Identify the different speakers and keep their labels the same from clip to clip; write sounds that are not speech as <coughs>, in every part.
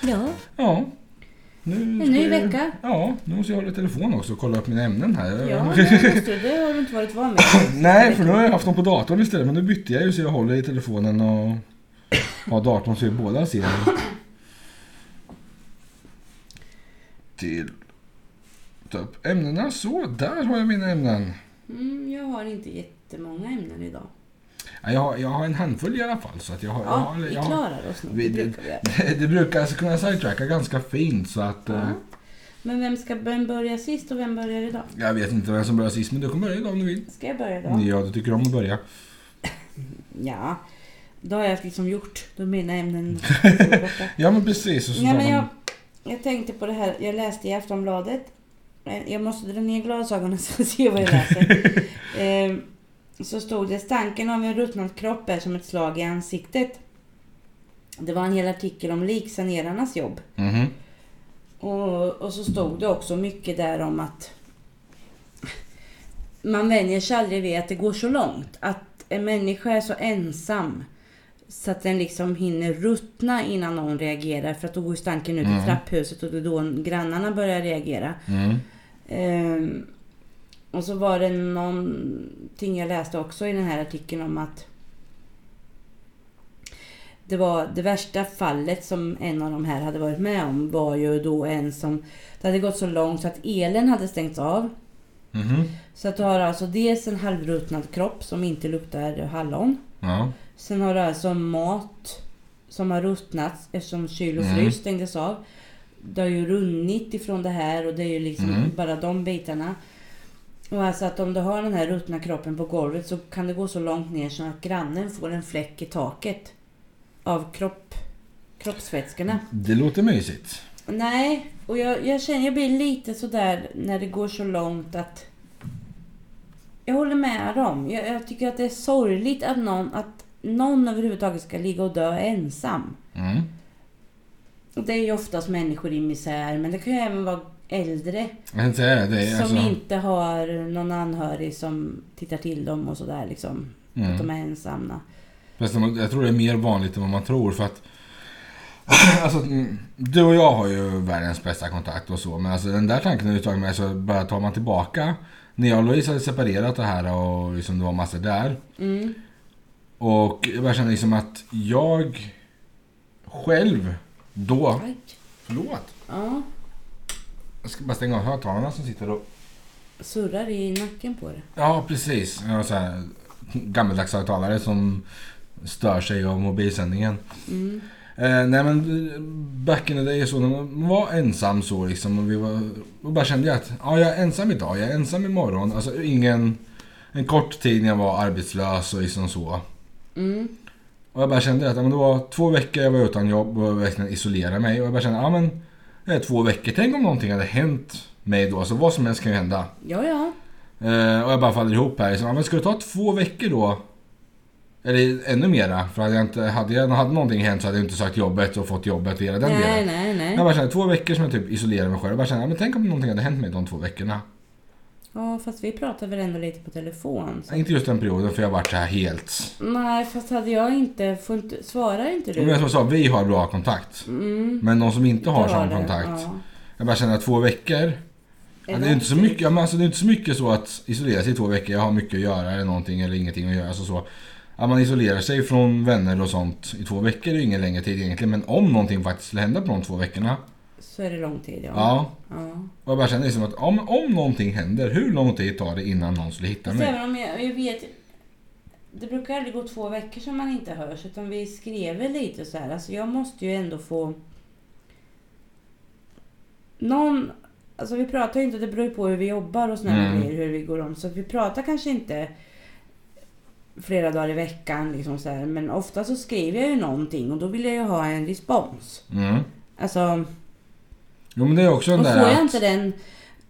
Speaker 1: Ja. Nu
Speaker 2: En
Speaker 1: ska
Speaker 2: ny
Speaker 1: jag-
Speaker 2: vecka.
Speaker 1: Ja, nu måste jag hålla telefon också och kolla upp mina ämnen här.
Speaker 2: <laughs>
Speaker 1: <laughs>
Speaker 2: Ja, det, måste, det har du inte varit van vid.
Speaker 1: Nej, för nu har jag haft dem på datorn istället. Men nu bytte jag ju så jag håller i telefonen och har datorn så jag båda ser. Till... Ta upp ämnena. Så, där har jag mina ämnen.
Speaker 2: Mm, jag har inte jättemånga ämnen idag.
Speaker 1: Ja, Jag har, jag har en handfull i alla fall. Så att jag har, jag
Speaker 2: Ja,
Speaker 1: har,
Speaker 2: vi
Speaker 1: jag har,
Speaker 2: klarar oss nog.
Speaker 1: Vi-
Speaker 2: Det brukar vi göra.
Speaker 1: <laughs> det brukar alltså kunna sidetracka ganska fint så att... eh,
Speaker 2: Ja. Men vem ska vem börja sist och vem börjar idag?
Speaker 1: Jag vet inte vem som börjar sist, men du kan börja idag om du vill.
Speaker 2: Ska jag börja
Speaker 1: Ja,
Speaker 2: idag?
Speaker 1: du tycker om att börja.
Speaker 2: Ja. Då har jag liksom gjort de mina <laughs> ämnen.
Speaker 1: Ja, men precis. Och så
Speaker 2: Nej,
Speaker 1: tar
Speaker 2: men
Speaker 1: man-
Speaker 2: jag, jag tänkte på det här, jag läste i Aftonbladet. Eh, Jag måste dra ner glasögonen <laughs> så jag ser vad jag läser. eh, så stod det stanken av en ruttnad kropp är som ett slag i ansiktet. Det var en hel artikel om liksanerarnas jobb.
Speaker 1: Mhm.
Speaker 2: Och, och så stod det också mycket där om att man vänjer sig aldrig vid att det går så långt. Att en människa är så ensam så att den liksom hinner ruttna innan någon reagerar. För att då går ju stanken ut
Speaker 1: Mm.
Speaker 2: i trapphuset och det är då grannarna börjar reagera.
Speaker 1: Mm.
Speaker 2: Ehm, och så var det någonting jag läste också i den här artikeln om att det var det värsta fallet som en av de här hade varit med om var ju då en som det hade gått så långt så att elen hade stängts av.
Speaker 1: Mhm.
Speaker 2: Så att du har alltså dels en halvruttnad kropp som inte luktar hallon.
Speaker 1: Ja.
Speaker 2: Sen har du alltså mat som har ruttnat eftersom kyl och
Speaker 1: Mm.
Speaker 2: frys stängdes av. Det har ju runnit ifrån det här och det är ju liksom
Speaker 1: Mm.
Speaker 2: bara de bitarna. Och alltså att om du har den här ruttna kroppen på golvet så kan det gå så långt ner så att grannen får en fläck i taket. Av kropp, kroppsvätskorna.
Speaker 1: Det låter mysigt.
Speaker 2: Nej, och jag, jag känner jag blir lite sådär när det går så långt att... Jag håller med dem. Jag, jag tycker att det är sorgligt att någon, att någon överhuvudtaget ska ligga och dö ensam.
Speaker 1: Mm.
Speaker 2: Och det är ju oftast människor i misär, men det kan ju även vara äldre
Speaker 1: Jag kan säga det. det är
Speaker 2: som
Speaker 1: alltså...
Speaker 2: inte har någon anhörig som tittar till dem och sådär liksom. Att de
Speaker 1: Mm.
Speaker 2: är ensamma.
Speaker 1: Fast man- jag tror det är mer vanligt än vad man tror för att... <clears throat> Alltså, mm, du och jag har ju världens bästa kontakt och så, men alltså den där tanken har ju tagit med så bara tar man tillbaka. När jag och Louise hade separerat det här och liksom det var massor där.
Speaker 2: Mm.
Speaker 1: Och jag bara känner liksom att jag själv då...
Speaker 2: Aj.
Speaker 1: Förlåt.
Speaker 2: Ja,
Speaker 1: Jag ska bara stänga av högtalarna som sitter och...
Speaker 2: surrar i nacken på det.
Speaker 1: Ja, precis. Jag har så här gammaldags högtalare som stör sig av mobilsändningen.
Speaker 2: Mm.
Speaker 1: Eh, nej men eh, back in the day så när man var ensam så liksom och vi var... Och bara kände jag att ja, jag är ensam idag, jag är ensam imorgon. Alltså ingen... En kort tid när jag var arbetslös och liksom så.
Speaker 2: Mm.
Speaker 1: Och jag bara kände att ja, men det var två veckor jag var utan jobb och jag verkligen isolerade mig. Och jag bara kände ja men det är två veckor. Tänk om någonting hade hänt mig då. Alltså vad som helst kan ju hända.
Speaker 2: Ja, ja.
Speaker 1: Eh, och jag bara faller ihop här. Liksom. Ja, men ska det ta två veckor då? Eller ännu mera. För hade, jag inte, hade, jag, hade någonting hänt så hade jag inte sökt jobbet och fått jobbet och hela den
Speaker 2: Nej,
Speaker 1: delen.
Speaker 2: nej, nej.
Speaker 1: Jag bara kände två veckor som jag typ isolerade mig själv. Jag bara kände, ja, men tänk om någonting hade hänt mig de två veckorna.
Speaker 2: Ja, fast vi pratar väl ändå lite på telefon. Så.
Speaker 1: Inte just den perioden för jag varit så här helt...
Speaker 2: Nej, fast hade jag inte... Får inte svarar inte
Speaker 1: Men som
Speaker 2: du?
Speaker 1: jag sa, vi har bra kontakt.
Speaker 2: Mm,
Speaker 1: Men de som inte har
Speaker 2: du
Speaker 1: sån
Speaker 2: det.
Speaker 1: kontakt.
Speaker 2: Ja.
Speaker 1: Jag bara känner att två veckor. Ja, det är ju inte så mycket, ja, men alltså, det är inte så mycket så att isolera sig i två veckor, jag har mycket att göra eller någonting eller ingenting att göra. Alltså, så. Att man isolerar sig från vänner och sånt i två veckor är ju ingen längre tid egentligen. Men om någonting faktiskt skulle hända på de två veckorna.
Speaker 2: Så är det lång tid, ja.
Speaker 1: Ja.
Speaker 2: Ja.
Speaker 1: Och jag bara känner liksom att om, om någonting händer, hur lång tid tar det innan någon skulle hitta
Speaker 2: Fast
Speaker 1: mig?
Speaker 2: även om jag, jag vet... Det brukar aldrig gå två veckor som man inte hörs, utan vi skrev väl lite så här. Alltså jag måste ju ändå få... Någon... Alltså vi pratar ju inte, det beror ju på hur vi jobbar och såna här
Speaker 1: Mm.
Speaker 2: grejer, hur vi går om. Så att vi pratar kanske inte flera dagar i veckan liksom så här. Men ofta så skriver jag ju någonting och då vill jag ju ha en respons.
Speaker 1: Mm.
Speaker 2: Alltså,
Speaker 1: Jo men det är också den
Speaker 2: och
Speaker 1: där
Speaker 2: får jag
Speaker 1: att-
Speaker 2: inte den,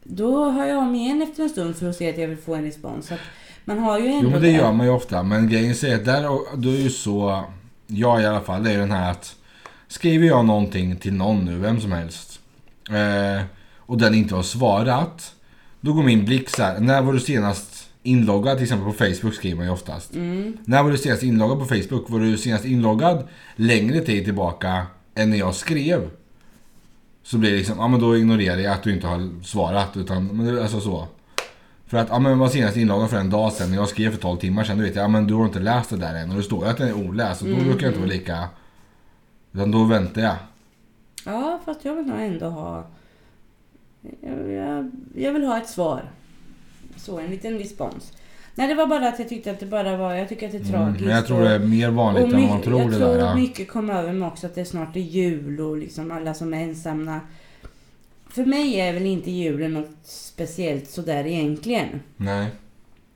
Speaker 2: då hör jag om igen efter en stund för att se att jag vill få en respons. Så att man har ju ändå
Speaker 1: Jo men det
Speaker 2: den.
Speaker 1: gör man ju ofta. Men grejen är att där, och- du är ju så, jag i alla fall, det är ju den här att skriver jag någonting till någon nu, vem som helst. Eh, och den inte har svarat. Då går min blick så här, när var du senast inloggad? Till exempel på Facebook skriver man ju oftast.
Speaker 2: Mm.
Speaker 1: När var du senast inloggad på Facebook? Var du senast inloggad längre tid tillbaka än när jag skrev? Så blir det liksom, ja men då ignorerar jag att du inte har svarat. Utan, men det- alltså så. För att, ja men var senast inloggan för en dag sedan. När jag skrev för 12 timmar sedan. Då vet jag, ja men du har inte läst det där än. Och det står ju att den är oläst. Och då
Speaker 2: Mm.
Speaker 1: brukar jag inte vara lika... Utan då väntar jag.
Speaker 2: Ja, fast jag vill nog ändå ha... Jag, jag, jag vill ha ett svar. Så, en liten respons. Nej, det var bara att jag tyckte att det bara var... Jag tycker att det är
Speaker 1: Mm,
Speaker 2: tragiskt.
Speaker 1: men jag tror
Speaker 2: och-
Speaker 1: det är mer vanligt
Speaker 2: och
Speaker 1: än vad
Speaker 2: my-
Speaker 1: man tror
Speaker 2: jag
Speaker 1: det
Speaker 2: tror
Speaker 1: där. ja.
Speaker 2: mycket kom över mig också att det snart är jul och liksom alla som är ensamma. För mig är väl inte julen något speciellt sådär egentligen.
Speaker 1: Nej.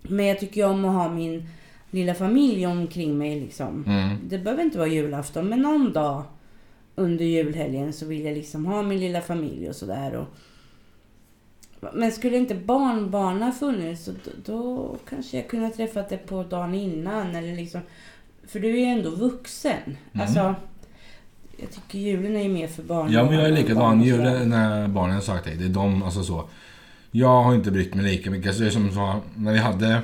Speaker 2: Men jag tycker ju om att ha min lilla familj omkring mig liksom.
Speaker 1: Mm.
Speaker 2: Det behöver inte vara julafton, men någon dag under julhelgen så vill jag liksom ha min lilla familj och sådär. Och... Men skulle inte barnbarn ha funnits så då, då kanske jag kunde ha träffat dig på dagen innan eller liksom. För du är ju ändå vuxen. Alltså, jag tycker julen är ju mer för barn.
Speaker 1: Mm. Ja men jag är
Speaker 2: barn- barn
Speaker 1: likadan.
Speaker 2: och sådär.
Speaker 1: Julen när barnen har sagt det. Det är de, alltså så. Jag har inte brytt mig lika mycket. Så det är som så, när vi hade...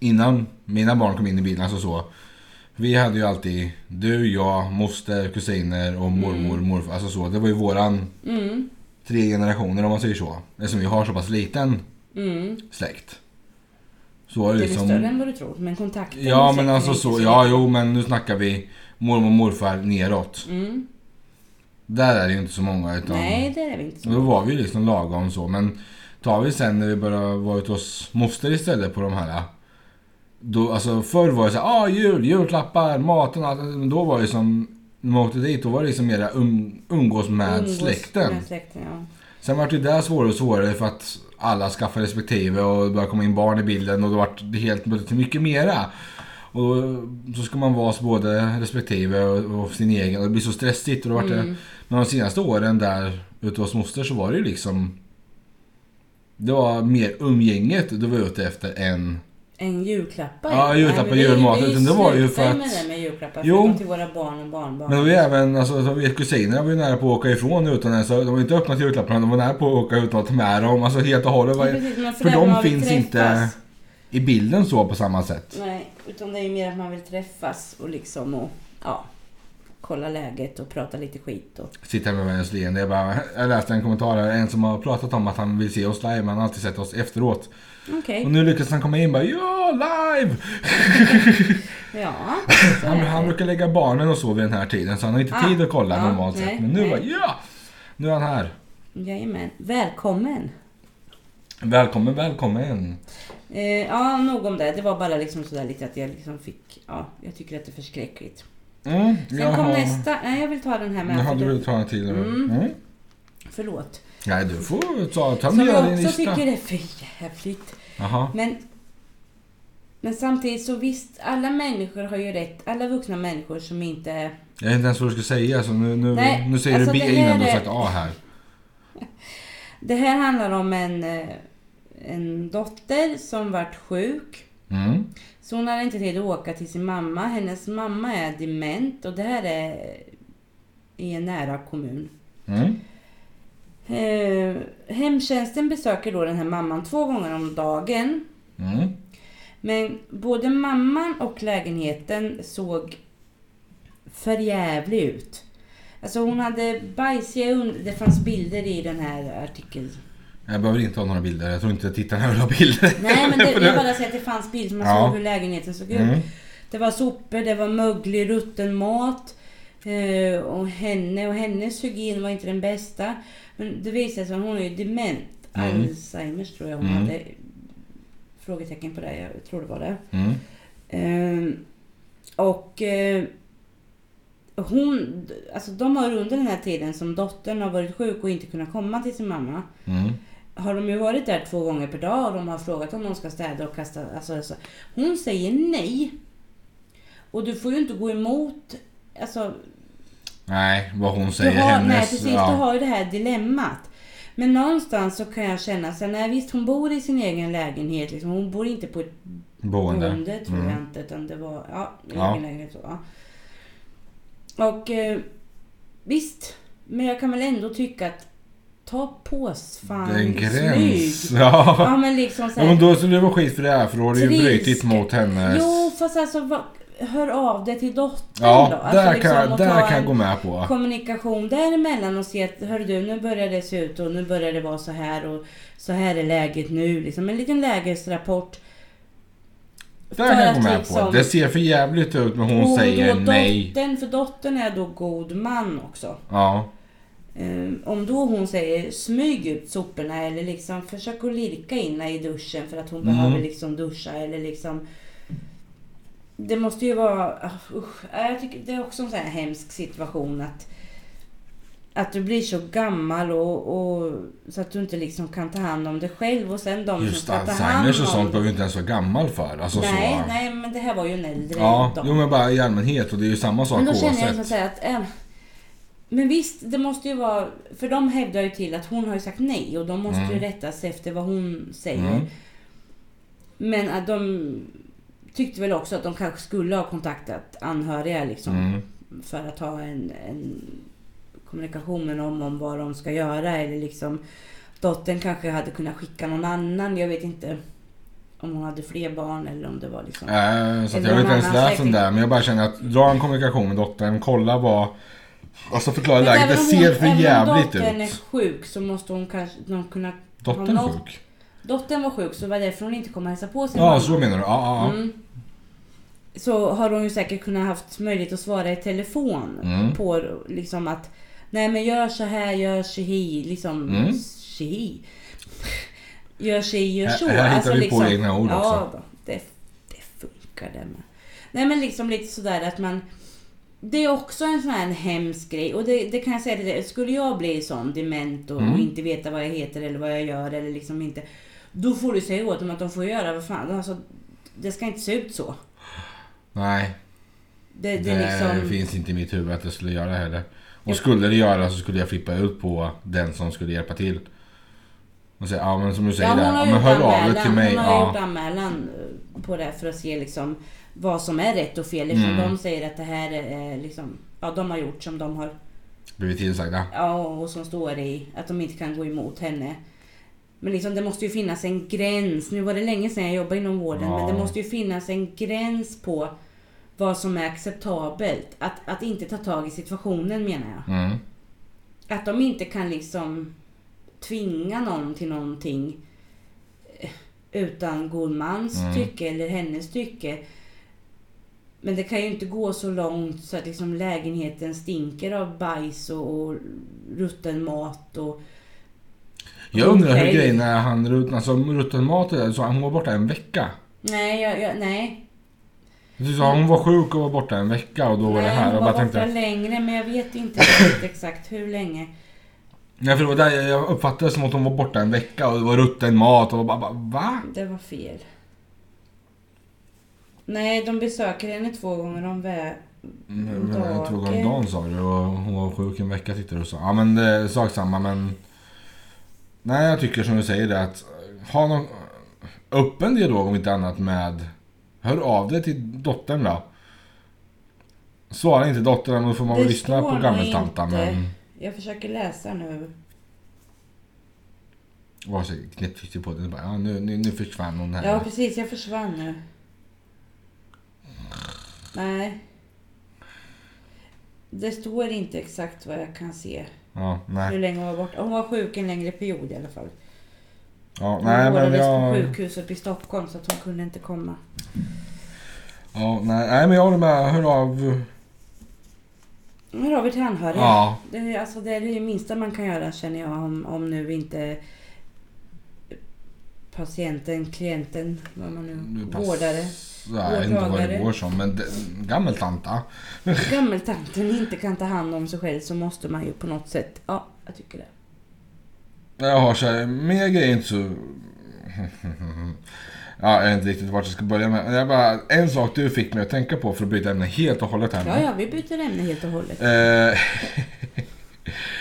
Speaker 1: Innan mina barn kom in i bilen, alltså så. Vi hade ju alltid du, jag, moster, kusiner och mormor, morfar. Alltså så. Det var ju våran
Speaker 2: Mm,
Speaker 1: tre generationer om man säger så. Eftersom vi har så pass liten
Speaker 2: mm.
Speaker 1: släkt. Så var det
Speaker 2: Det är
Speaker 1: liksom...
Speaker 2: väl större än vad du tror, men kontakten
Speaker 1: Ja
Speaker 2: och
Speaker 1: men
Speaker 2: släkten
Speaker 1: alltså
Speaker 2: är inte
Speaker 1: så, ja jo men nu snackar vi mormor och morfar neråt.
Speaker 2: Mm.
Speaker 1: Där är det ju inte så många utan...
Speaker 2: Nej, det är vi inte.
Speaker 1: Och
Speaker 2: Så.
Speaker 1: Då var vi ju liksom lagom så men tar vi sen när vi började vara ute hos moster istället på de här. Då, alltså förr var det såhär, ah jul, julklappar, maten, allt. Men då var det ju som, när man åkte dit då var det liksom mera um, umgås med
Speaker 2: Umgås
Speaker 1: släkten.
Speaker 2: Med släkten ja.
Speaker 1: Sen var det ju där svårare och svårare för att alla skaffade respektive och det började komma in barn i bilden och då var det helt plötsligt mycket mera. Och då, så ska man vara hos både respektive och, och sin egen och det blir så stressigt. Och då vart det, men de senaste åren där ute hos moster så var det ju liksom... Det var mer umgänget du var ute efter än...
Speaker 2: En julklappar?
Speaker 1: Ja, julklappar,
Speaker 2: Nej, men vi-
Speaker 1: julmat,
Speaker 2: vi
Speaker 1: utan det var ju för
Speaker 2: slutar med
Speaker 1: att-
Speaker 2: det med julklappar.
Speaker 1: Jo.
Speaker 2: Jo. Till våra barn och barnbarn.
Speaker 1: Men det var ju även, alltså så vi kusinerna var ju nära på att åka ifrån utan ens, de var inte öppna till julklapparna, de var nära på att åka utan att ta med dem. Alltså helt och hållet.
Speaker 2: Ja,
Speaker 1: Var,
Speaker 2: precis, men
Speaker 1: för
Speaker 2: det man
Speaker 1: de
Speaker 2: vill
Speaker 1: finns inte
Speaker 2: träffas.
Speaker 1: i bilden så på samma sätt.
Speaker 2: Nej, utan det är ju mer att man vill träffas och liksom och ja, kolla läget och prata lite skit och...
Speaker 1: Sitter med världens leende. Jag, bara, jag läste en kommentar här, en som har pratat om att han vill se oss live, men han har alltid sett oss efteråt.
Speaker 2: Okej,
Speaker 1: Och nu lyckas han komma in och bara ja, live! <laughs>
Speaker 2: ja. så
Speaker 1: Han,
Speaker 2: är
Speaker 1: han
Speaker 2: det.
Speaker 1: brukar lägga barnen och så vid den här tiden, så han har inte
Speaker 2: Ah,
Speaker 1: tid att kolla
Speaker 2: ja,
Speaker 1: normalt
Speaker 2: nej,
Speaker 1: sett. Men nu
Speaker 2: nej.
Speaker 1: bara ja! Nu är han här.
Speaker 2: Jajamän. Välkommen!
Speaker 1: Välkommen, välkommen!
Speaker 2: Eh, ja, nog om det. Det var bara liksom sådär lite att jag liksom fick... Ja, jag tycker att det är förskräckligt.
Speaker 1: Mm,
Speaker 2: Sen
Speaker 1: jag
Speaker 2: kom
Speaker 1: har-
Speaker 2: nästa. Nej, jag vill ta den här
Speaker 1: Nu
Speaker 2: med. för
Speaker 1: hade
Speaker 2: det-
Speaker 1: du tagit en till. Mm.
Speaker 2: Mm.
Speaker 1: Mm.
Speaker 2: Förlåt.
Speaker 1: Nej, du får ta, ta
Speaker 2: Som
Speaker 1: med
Speaker 2: jag
Speaker 1: din
Speaker 2: också
Speaker 1: lista.
Speaker 2: tycker är för jävligt.
Speaker 1: Jaha.
Speaker 2: Men, men samtidigt så visst, alla människor har ju rätt. Alla vuxna människor som inte...
Speaker 1: Jag vet inte ens vad du ska säga, så nu, nu,
Speaker 2: Nej,
Speaker 1: nu säger
Speaker 2: alltså
Speaker 1: du
Speaker 2: det
Speaker 1: B
Speaker 2: här
Speaker 1: innan du har
Speaker 2: är-
Speaker 1: sagt A här.
Speaker 2: Det här handlar om en, eh, en dotter som vart sjuk.
Speaker 1: Mm.
Speaker 2: Så hon hade inte tid att åka till sin mamma. Hennes mamma är dement och det här är i en nära kommun.
Speaker 1: Mm.
Speaker 2: Eh, hemtjänsten besöker då den här mamman två gånger om dagen.
Speaker 1: Mm.
Speaker 2: Men både mamman och lägenheten såg förjävlig ut. Alltså hon hade bajsiga under... Det fanns bilder i den här artikeln.
Speaker 1: Jag behöver inte ha några bilder. Jag tror inte tittarna vill ha bilder.
Speaker 2: Nej men det,
Speaker 1: <laughs> För
Speaker 2: jag bara säger att det fanns bilder som man
Speaker 1: Ja.
Speaker 2: såg hur lägenheten såg ut.
Speaker 1: Mm.
Speaker 2: Det var sopor, det var möglig rutten mat. eh, Och henne och hennes hygien var inte den bästa. Men det visade sig att hon är ju dement.
Speaker 1: Mm.
Speaker 2: Alzheimers tror jag hon
Speaker 1: Mm.
Speaker 2: hade. Frågetecken på det, jag tror det var det.
Speaker 1: Mm.
Speaker 2: Ehm, och eh, hon, alltså de har under den här tiden som dottern har varit sjuk och inte kunnat komma till sin mamma.
Speaker 1: Mm.
Speaker 2: Har de ju varit där två gånger per dag och de har frågat om de ska städa och kasta. Alltså, alltså, hon säger nej. Och du får ju inte gå emot. Alltså,
Speaker 1: Nej, vad hon
Speaker 2: du
Speaker 1: säger.
Speaker 2: har,
Speaker 1: hennes,
Speaker 2: nej, precis,
Speaker 1: ja.
Speaker 2: du har ju det här dilemmat. Men någonstans så kan jag känna så här, nej visst hon bor i sin egen lägenhet. Liksom, hon bor inte på ett
Speaker 1: Boende.
Speaker 2: Bonde tror
Speaker 1: Mm.
Speaker 2: jag inte, utan det var ja,
Speaker 1: Ja.
Speaker 2: egen lägenhet. Så, ja. Och eh, visst, men jag kan väl ändå tycka att ta pås fan
Speaker 1: Det är en gräns.
Speaker 2: Smyg.
Speaker 1: Ja.
Speaker 2: Ja men liksom så
Speaker 1: ja,
Speaker 2: här,
Speaker 1: men då skulle det vara skit för det här för då har du ju
Speaker 2: Trilsk.
Speaker 1: brutit mot hennes...
Speaker 2: Jo fast alltså vad, hör av dig till dottern
Speaker 1: Ja,
Speaker 2: då. Alltså
Speaker 1: där,
Speaker 2: liksom
Speaker 1: kan,
Speaker 2: att
Speaker 1: där
Speaker 2: ha
Speaker 1: kan
Speaker 2: en
Speaker 1: jag gå med på.
Speaker 2: kommunikation däremellan och se att hör du, nu börjar det se ut och nu börjar det vara så här och så här är läget nu. Liksom en liten lägesrapport.
Speaker 1: Där kan jag gå med
Speaker 2: liksom-
Speaker 1: på. Det ser för jävligt ut men hon
Speaker 2: och
Speaker 1: säger
Speaker 2: då
Speaker 1: nej.
Speaker 2: Dottern, för dottern är då god man också.
Speaker 1: Ja.
Speaker 2: Ehm, Om då hon säger smyg ut soporna eller liksom försök att lirka in i duschen för att hon
Speaker 1: Mm.
Speaker 2: behöver liksom duscha eller liksom Det måste ju vara, ah, usch, Nej, jag tycker det är också en sån här hemsk situation att Att du blir så gammal och, och så att du inte liksom kan ta hand om dig själv och sen de
Speaker 1: Just
Speaker 2: som ska ta hand
Speaker 1: Alzheimers
Speaker 2: om
Speaker 1: och sånt behöver ju inte ens vara gammal för. Alltså
Speaker 2: Nej,
Speaker 1: så.
Speaker 2: nej men det här var ju en äldre
Speaker 1: Ja,
Speaker 2: dotter.
Speaker 1: jo men bara i allmänhet och det är ju samma sak
Speaker 2: Men då känner jag
Speaker 1: oavsett.
Speaker 2: så att säga att... Eh, men visst, det måste ju vara... För de hävdar ju till att hon har ju sagt nej och de måste ju
Speaker 1: Mm.
Speaker 2: rätta sig efter vad hon säger.
Speaker 1: Mm.
Speaker 2: Men att de tyckte väl också att de kanske skulle ha kontaktat anhöriga liksom.
Speaker 1: Mm.
Speaker 2: För att ha en, en kommunikation med dem om vad de ska göra eller liksom... Dottern kanske hade kunnat skicka någon annan. Jag vet inte om hon hade fler barn eller om det var liksom...
Speaker 1: Äh, så att
Speaker 2: Eller
Speaker 1: jag har inte
Speaker 2: någon
Speaker 1: ens
Speaker 2: annan
Speaker 1: läst den
Speaker 2: släkting.
Speaker 1: där men jag bara känner att dra en kommunikation med dottern, kolla vad... Alltså förklara
Speaker 2: Men
Speaker 1: läget,
Speaker 2: även
Speaker 1: det
Speaker 2: om
Speaker 1: ser
Speaker 2: hon-
Speaker 1: för jävligt
Speaker 2: Även om dottern är
Speaker 1: ut.
Speaker 2: sjuk så måste hon kanske någon kunna...
Speaker 1: Dottern är
Speaker 2: något-
Speaker 1: sjuk?
Speaker 2: Dottern var sjuk så det var därför hon inte kom och hälsade på sin
Speaker 1: Ja,
Speaker 2: mamma.
Speaker 1: så menar du? Ja, ja, ja.
Speaker 2: Mm. Så har hon ju säkert kunnat haft möjlighet att svara i telefon
Speaker 1: Mm.
Speaker 2: på liksom att Nej men gör så här, gör så hi, liksom
Speaker 1: Mm.
Speaker 2: så hi. Gör så hi, gör
Speaker 1: Här-
Speaker 2: så. Alltså, liksom-
Speaker 1: här hittar vi på egna ord
Speaker 2: ja,
Speaker 1: också.
Speaker 2: då, det, det funkar det med. Nej men liksom lite sådär att man det är också en sån här en hemsk grej och det, det kan jag säga till dig, skulle jag bli sån dement och, och
Speaker 1: Mm.
Speaker 2: inte veta vad jag heter eller vad jag gör eller liksom inte Då får du säga åt dem att de får göra vad fan, alltså det ska inte se ut så.
Speaker 1: Nej.
Speaker 2: Det, det,
Speaker 1: Det
Speaker 2: är liksom...
Speaker 1: finns inte i mitt huvud att jag skulle göra det heller. Och skulle det göra så skulle jag flippa ut på den som skulle hjälpa till. Och säga, ja men som du säger
Speaker 2: Ja, hon
Speaker 1: där,
Speaker 2: har
Speaker 1: ja,
Speaker 2: gjort
Speaker 1: men hör av dig
Speaker 2: anmälan,
Speaker 1: till mig.
Speaker 2: hon har
Speaker 1: Ja.
Speaker 2: gjort anmälan eh, på det för att se liksom vad som är rätt och fel. Eftersom
Speaker 1: Mm.
Speaker 2: de säger att det här är eh, liksom, ja de har gjort som de har,
Speaker 1: Blivit tillsagda.
Speaker 2: ja och som står i att de inte kan gå emot henne. Men liksom det måste ju finnas en gräns. Nu var det länge sedan jag jobbade inom vården
Speaker 1: Ja.
Speaker 2: men det måste ju finnas en gräns på vad som är acceptabelt. Att, att inte ta tag i situationen menar jag.
Speaker 1: Mm.
Speaker 2: Att de inte kan liksom tvinga någon till någonting eh, utan god mans
Speaker 1: Mm.
Speaker 2: tycke eller hennes tycke. Men det kan ju inte gå så långt så att liksom lägenheten stinker av bajs och, och rutten mat och...
Speaker 1: Jag undrar hur
Speaker 2: Okej.
Speaker 1: grejen är, han rutten, alltså rutten mat är där, så han var borta en vecka.
Speaker 2: Nej, jag, jag, nej.
Speaker 1: Så sa, hon var sjuk och var borta en vecka och då var det
Speaker 2: nej,
Speaker 1: här.
Speaker 2: hon
Speaker 1: Jag
Speaker 2: var
Speaker 1: bara
Speaker 2: borta
Speaker 1: tänkte,
Speaker 2: längre men jag vet inte riktigt exakt hur länge.
Speaker 1: nej för det var där jag- jag uppfattade det som att hon var borta en vecka och det var rutten mat och bara, bara va?
Speaker 2: Det var fel. Nej, de besöker henne två gånger om veckan.
Speaker 1: Men,
Speaker 2: Dagen.
Speaker 1: Två gånger om dagen sa du och hon var sjuk en vecka tyckte du så. Ja men det är sak samma men... Nej jag tycker som du säger det att ha någon öppen dialog om inte annat med... Hör av dig till dottern då. Svara inte dottern men då får man väl
Speaker 2: Det
Speaker 1: lyssna
Speaker 2: står
Speaker 1: på
Speaker 2: nog
Speaker 1: gammeltantan
Speaker 2: inte.
Speaker 1: men...
Speaker 2: Jag försöker läsa nu.
Speaker 1: Var så knäpptyst på den bara ja, nu, nu, nu försvann hon här.
Speaker 2: Ja precis, jag försvann nu. Nej. Det står inte exakt vad jag kan se.
Speaker 1: Ja, nej.
Speaker 2: Hur länge hon var borta. Hon var sjuk en längre period i alla fall.
Speaker 1: Ja,
Speaker 2: Hon
Speaker 1: nej men
Speaker 2: vårdades på
Speaker 1: jag...
Speaker 2: sjukhus uppe i Stockholm så att hon kunde inte komma.
Speaker 1: Ja, nej, nej men jag håller med. Hör av...
Speaker 2: Nu har vi till anhöriga.
Speaker 1: Ja.
Speaker 2: Det, är- alltså, det är det minsta man kan göra känner jag om, om nu inte patienten, klienten, vad man nu...
Speaker 1: Pass-
Speaker 2: Mm. Vårdare.
Speaker 1: Nej, jag vet inte vad det
Speaker 2: Vårdtagare.
Speaker 1: går som, men det, gammeltanta.
Speaker 2: gammeltanten inte kan ta hand om sig själv så måste man ju på något sätt, ja, jag tycker det.
Speaker 1: Jag har så här, mer grejer inte så... <laughs> Ja, jag vet inte riktigt vart jag ska börja med. Men Jag bara, en sak du fick mig att tänka på för att byta ämne helt och hållet här nu.
Speaker 2: Ja, ja, vi byter ämne helt och hållet.
Speaker 1: Eh,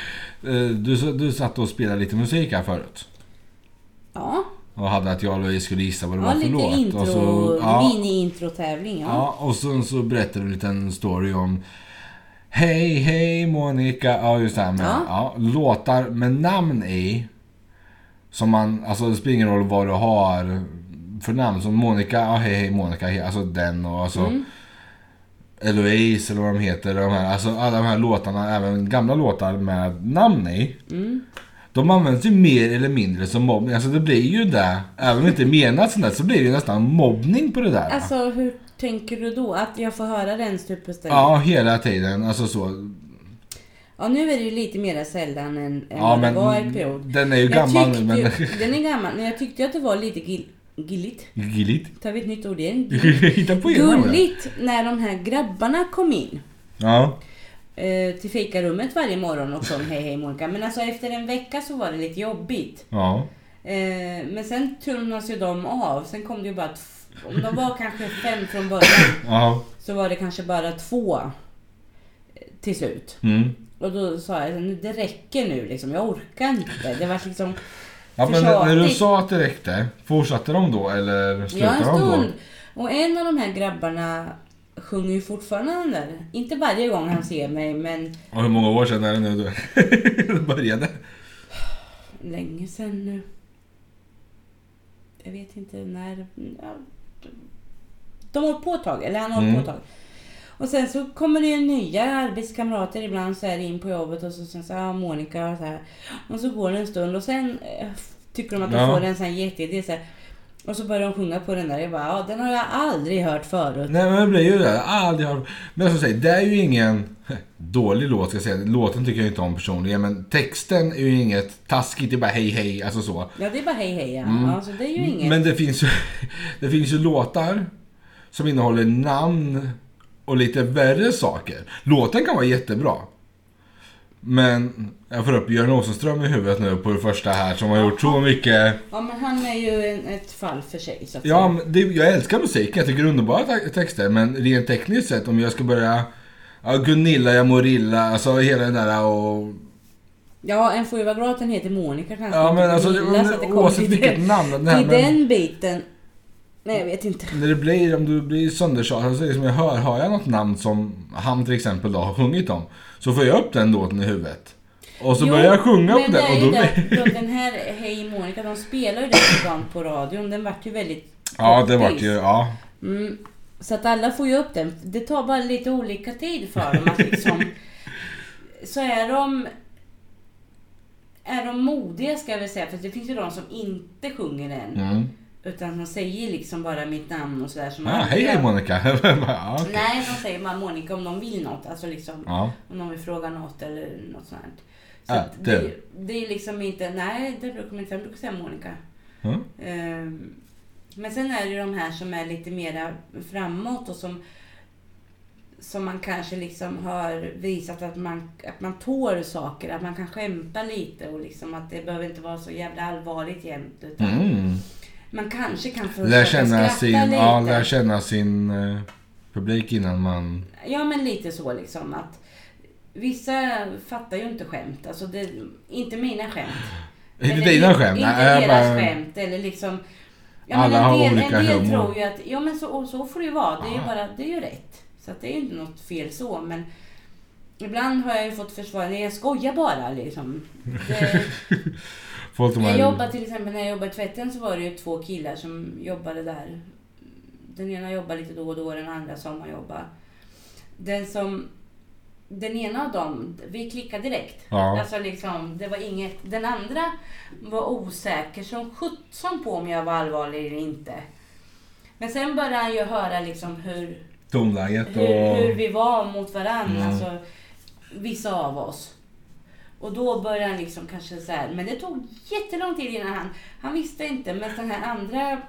Speaker 1: <laughs> eh, du, sa- du satt och spelade lite musik här förut.
Speaker 2: Ja,
Speaker 1: Och hade att jag och Louise skulle gissa vad det
Speaker 2: ja
Speaker 1: var för
Speaker 2: lite
Speaker 1: låt.
Speaker 2: intro,
Speaker 1: och så, Alltså, ja,
Speaker 2: mini-intro-tävling. Ja.
Speaker 1: Ja, och sen så berättade du en liten story om Hej, hej Monica. Ja, just det här med ja.
Speaker 2: Ja.
Speaker 1: låtar med namn i. Som man, alltså det spelar ingen roll vad du har för namn. Som Monica, ja hej hej Monica. Hej, alltså den och alltså.
Speaker 2: Mm.
Speaker 1: Eloise eller vad de heter. De här, alltså alla de här låtarna, även gamla låtar med namn i.
Speaker 2: Mm.
Speaker 1: De används ju mer eller mindre som mobbning. Alltså det blir ju det. Även om det inte är menat sånt där, så blir det ju nästan mobbning på det där. va?
Speaker 2: Alltså hur tänker du då? Att jag får höra den typ istället?
Speaker 1: ja, hela tiden. Alltså så.
Speaker 2: Ja, nu är det ju lite mer sällan än, än
Speaker 1: Ja,
Speaker 2: vad det
Speaker 1: men
Speaker 2: var en period.
Speaker 1: den är ju
Speaker 2: Jag typ
Speaker 1: gammal nu.
Speaker 2: tyckte
Speaker 1: Men...
Speaker 2: ju-
Speaker 1: <laughs>
Speaker 2: Den är gammal, men jag tyckte ju att det var lite gill, gilligt.
Speaker 1: Gilligt.
Speaker 2: Tar vi ett nytt ord igen?
Speaker 1: <laughs> Hitta på egna ord.
Speaker 2: Gulligt när de här grabbarna kom in
Speaker 1: Ja.
Speaker 2: eh, till fikarummet varje morgon och sjöng Hej hej Monica. Men alltså efter en vecka så var det lite jobbigt.
Speaker 1: Ja.
Speaker 2: Eh, men sen tunnas ju de av. Sen kom det ju bara... tf- Om de var kanske fem från början
Speaker 1: Ja.
Speaker 2: så var det kanske bara två eh, till slut.
Speaker 1: Mm.
Speaker 2: Och då sa jag "Nu, det räcker nu liksom, jag orkar inte. Det var liksom,
Speaker 1: Ja, men
Speaker 2: För
Speaker 1: när du
Speaker 2: tjatigt.
Speaker 1: sa att det räckte, fortsatte de då eller
Speaker 2: ja en
Speaker 1: slutade de då?
Speaker 2: stund. Och en av de här grabbarna sjunger ju fortfarande den där. Inte varje gång han ser mig, men
Speaker 1: Och hur många år sedan är det nu du <laughs> det började?
Speaker 2: länge sedan nu. Jag vet inte när. Ja, de- de har hållit på ett tag, eller han har hållit
Speaker 1: Mm.
Speaker 2: på ett tag. Och sen så kommer det ju nya arbetskamrater ibland så här in på jobbet och så sen så ja Monica och så här. Och så går det en stund och sen eh, tycker de att de
Speaker 1: Ja.
Speaker 2: får en sån här jätteidé så här. Och så börjar de sjunga på den där. Jag bara, ja den har jag aldrig hört förut.
Speaker 1: Nej men det blir ju det. Aldrig har... Men som sagt, det är ju ingen <laughs> dålig låt ska jag säga. Låten tycker jag inte om personligen. Men texten är ju inget taskigt. Det är bara hej hej. Alltså så.
Speaker 2: Ja det är bara hej hej ja.
Speaker 1: Mm.
Speaker 2: ja så det är ju inget.
Speaker 1: Men det finns ju, <laughs> det finns ju låtar som innehåller namn och lite värre saker. Låten kan vara jättebra. Men jag får upp Göran Åsenström i huvudet nu på det första här som har gjort så mycket.
Speaker 2: Ja men han är ju en, ett fall för sig så att
Speaker 1: Ja, men det, jag älskar musiken. Jag tycker det är underbara te- texter. Men rent tekniskt sett, om jag ska börja... Ja, Gunilla, jag mår illa. Alltså hela den där och...
Speaker 2: Ja, en får ju vara glad att den heter Monica kanske.
Speaker 1: Ja,
Speaker 2: inte
Speaker 1: men alltså
Speaker 2: Gunilla, så att det
Speaker 1: det,
Speaker 2: kommer
Speaker 1: oavsett
Speaker 2: till
Speaker 1: vilket
Speaker 2: den-
Speaker 1: namn. Den, här,
Speaker 2: Till
Speaker 1: men,
Speaker 2: den biten. Nej, jag vet inte.
Speaker 1: när det blir, om du blir sönderschasad, så är det som jag hör, har jag något namn som han till exempel då har sjungit om. Så får jag upp den låten i huvudet. Och så
Speaker 2: Jo,
Speaker 1: börjar jag sjunga
Speaker 2: men
Speaker 1: på
Speaker 2: det
Speaker 1: den
Speaker 2: är
Speaker 1: och
Speaker 2: ju
Speaker 1: då blir...
Speaker 2: det, de- Den här Hej Monica, de spelar ju den ibland på radion. Den vart ju väldigt
Speaker 1: Ja, det
Speaker 2: poppis.
Speaker 1: vart ju... Ja.
Speaker 2: Mm, så att alla får ju upp den. Det tar bara lite olika tid för dem att liksom... så är de... Är de modiga ska jag väl säga, för det finns ju de som inte sjunger den.
Speaker 1: Mm.
Speaker 2: Utan de säger liksom bara mitt namn och sådär. som
Speaker 1: Ah,
Speaker 2: man
Speaker 1: hej,
Speaker 2: gör.
Speaker 1: hej Monica. <laughs> ja, okej.
Speaker 2: Nej, de säger bara Monica om de vill något. Alltså liksom
Speaker 1: ja.
Speaker 2: om de vill fråga något eller något sånt. här. Så
Speaker 1: Ja,
Speaker 2: att
Speaker 1: det-
Speaker 2: det, det är liksom inte, nej det brukar man inte, jag brukar säga Monica.
Speaker 1: Mm.
Speaker 2: Ehm, men sen är det ju de här som är lite mera framåt och som som man kanske liksom har visat att man, att man tål saker, att man kan skämta lite och liksom att det behöver inte vara så jävla allvarligt jämt. Utan
Speaker 1: Mm.
Speaker 2: Man kanske kan få
Speaker 1: Lär
Speaker 2: försöka
Speaker 1: känna
Speaker 2: skratta
Speaker 1: sin,
Speaker 2: lite.
Speaker 1: ja, lär känna sin eh, publik innan man...
Speaker 2: Ja men lite så liksom att Vissa fattar ju inte skämt, alltså det, inte mina skämt.
Speaker 1: <laughs> Inte
Speaker 2: Eller
Speaker 1: dina
Speaker 2: i-
Speaker 1: skämt?
Speaker 2: Inte
Speaker 1: nej, jag
Speaker 2: deras
Speaker 1: bara-
Speaker 2: skämt eller liksom. Ja,
Speaker 1: Alla
Speaker 2: men en
Speaker 1: har
Speaker 2: del,
Speaker 1: olika
Speaker 2: En del
Speaker 1: humor.
Speaker 2: tror ju att, ja men så, och så får det ju vara. Det är ju
Speaker 1: Ja.
Speaker 2: bara, det är ju rätt. Så att det är ju inte något fel så men Ibland har jag ju fått försvara, nej jag skojar bara
Speaker 1: <laughs>
Speaker 2: liksom. Det,
Speaker 1: Folk som
Speaker 2: jag
Speaker 1: har-
Speaker 2: jobbade till exempel när jag jobbade i tvätten så var det ju två killar som jobbade där. Den ena jobbade lite då och då, den andra sommarjobbade. Den som... Den ena av dem, vi klickade direkt.
Speaker 1: Ja.
Speaker 2: Alltså liksom, det var inget. Den andra var osäker som sjutton på om jag var allvarlig eller inte. Men sen började han ju höra liksom hur,
Speaker 1: Tonläget och...
Speaker 2: hur, hur vi var mot varandra,
Speaker 1: Mm.
Speaker 2: alltså vissa av oss. Och då började han liksom kanske så här, men det tog jättelång tid innan han, han visste inte, men den här andra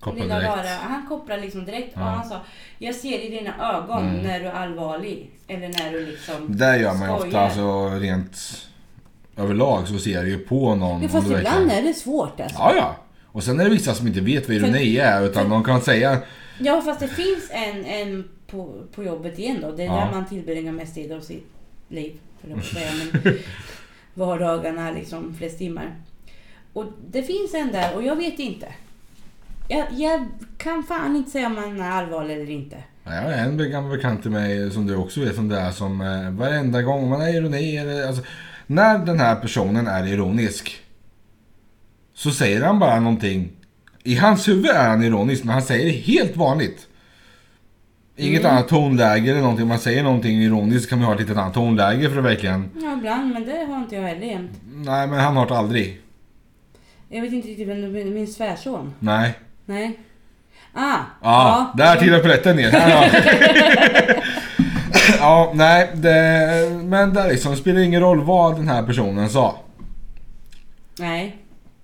Speaker 1: Kopplar
Speaker 2: lilla
Speaker 1: direkt.
Speaker 2: rara, han kopplade liksom direkt
Speaker 1: Ja.
Speaker 2: och han sa, jag ser i dina ögon
Speaker 1: Mm.
Speaker 2: när du är allvarlig. Eller när du liksom
Speaker 1: Där gör man ju ofta,
Speaker 2: skojar.
Speaker 1: alltså rent överlag så ser jag ju på någon...
Speaker 2: Men
Speaker 1: om
Speaker 2: fast
Speaker 1: du verkligen-
Speaker 2: ibland är det svårt alltså.
Speaker 1: Ja, ja. Och sen är det vissa som inte vet vad ironi är, utan de kan säga...
Speaker 2: Ja, fast det finns en, en på, på jobbet igen då. Det är
Speaker 1: Ja.
Speaker 2: där man tillbringar mest tid av sitt liv. höll jag på att säga,
Speaker 1: <laughs>
Speaker 2: men vardagarna liksom flest timmar. Och det finns en där och jag vet inte. Jag, jag kan fan inte säga om man är allvarlig eller inte.
Speaker 1: Ja, Jag har en be- gammal bekant till mig som du också vet som det är som eh, varenda gång man är ironi eller alltså, när den här personen är ironisk så säger han bara någonting. I hans huvud är han ironisk men han säger det helt vanligt. Inget
Speaker 2: Mm.
Speaker 1: annat tonläge eller någonting. Om man säger någonting ironiskt kan man ha ett litet annat tonläge för att verkligen...
Speaker 2: Ja, ibland, men det har inte jag heller jämt.
Speaker 1: Nej, men han har det aldrig.
Speaker 2: Jag vet inte riktigt vem du min- min svärson.
Speaker 1: Nej.
Speaker 2: Nej. Ah!
Speaker 1: Ja, där trillar polletten ner. Ja,
Speaker 2: <laughs>
Speaker 1: ja nej, det, men det liksom spelar ingen roll vad den här personen sa.
Speaker 2: Nej.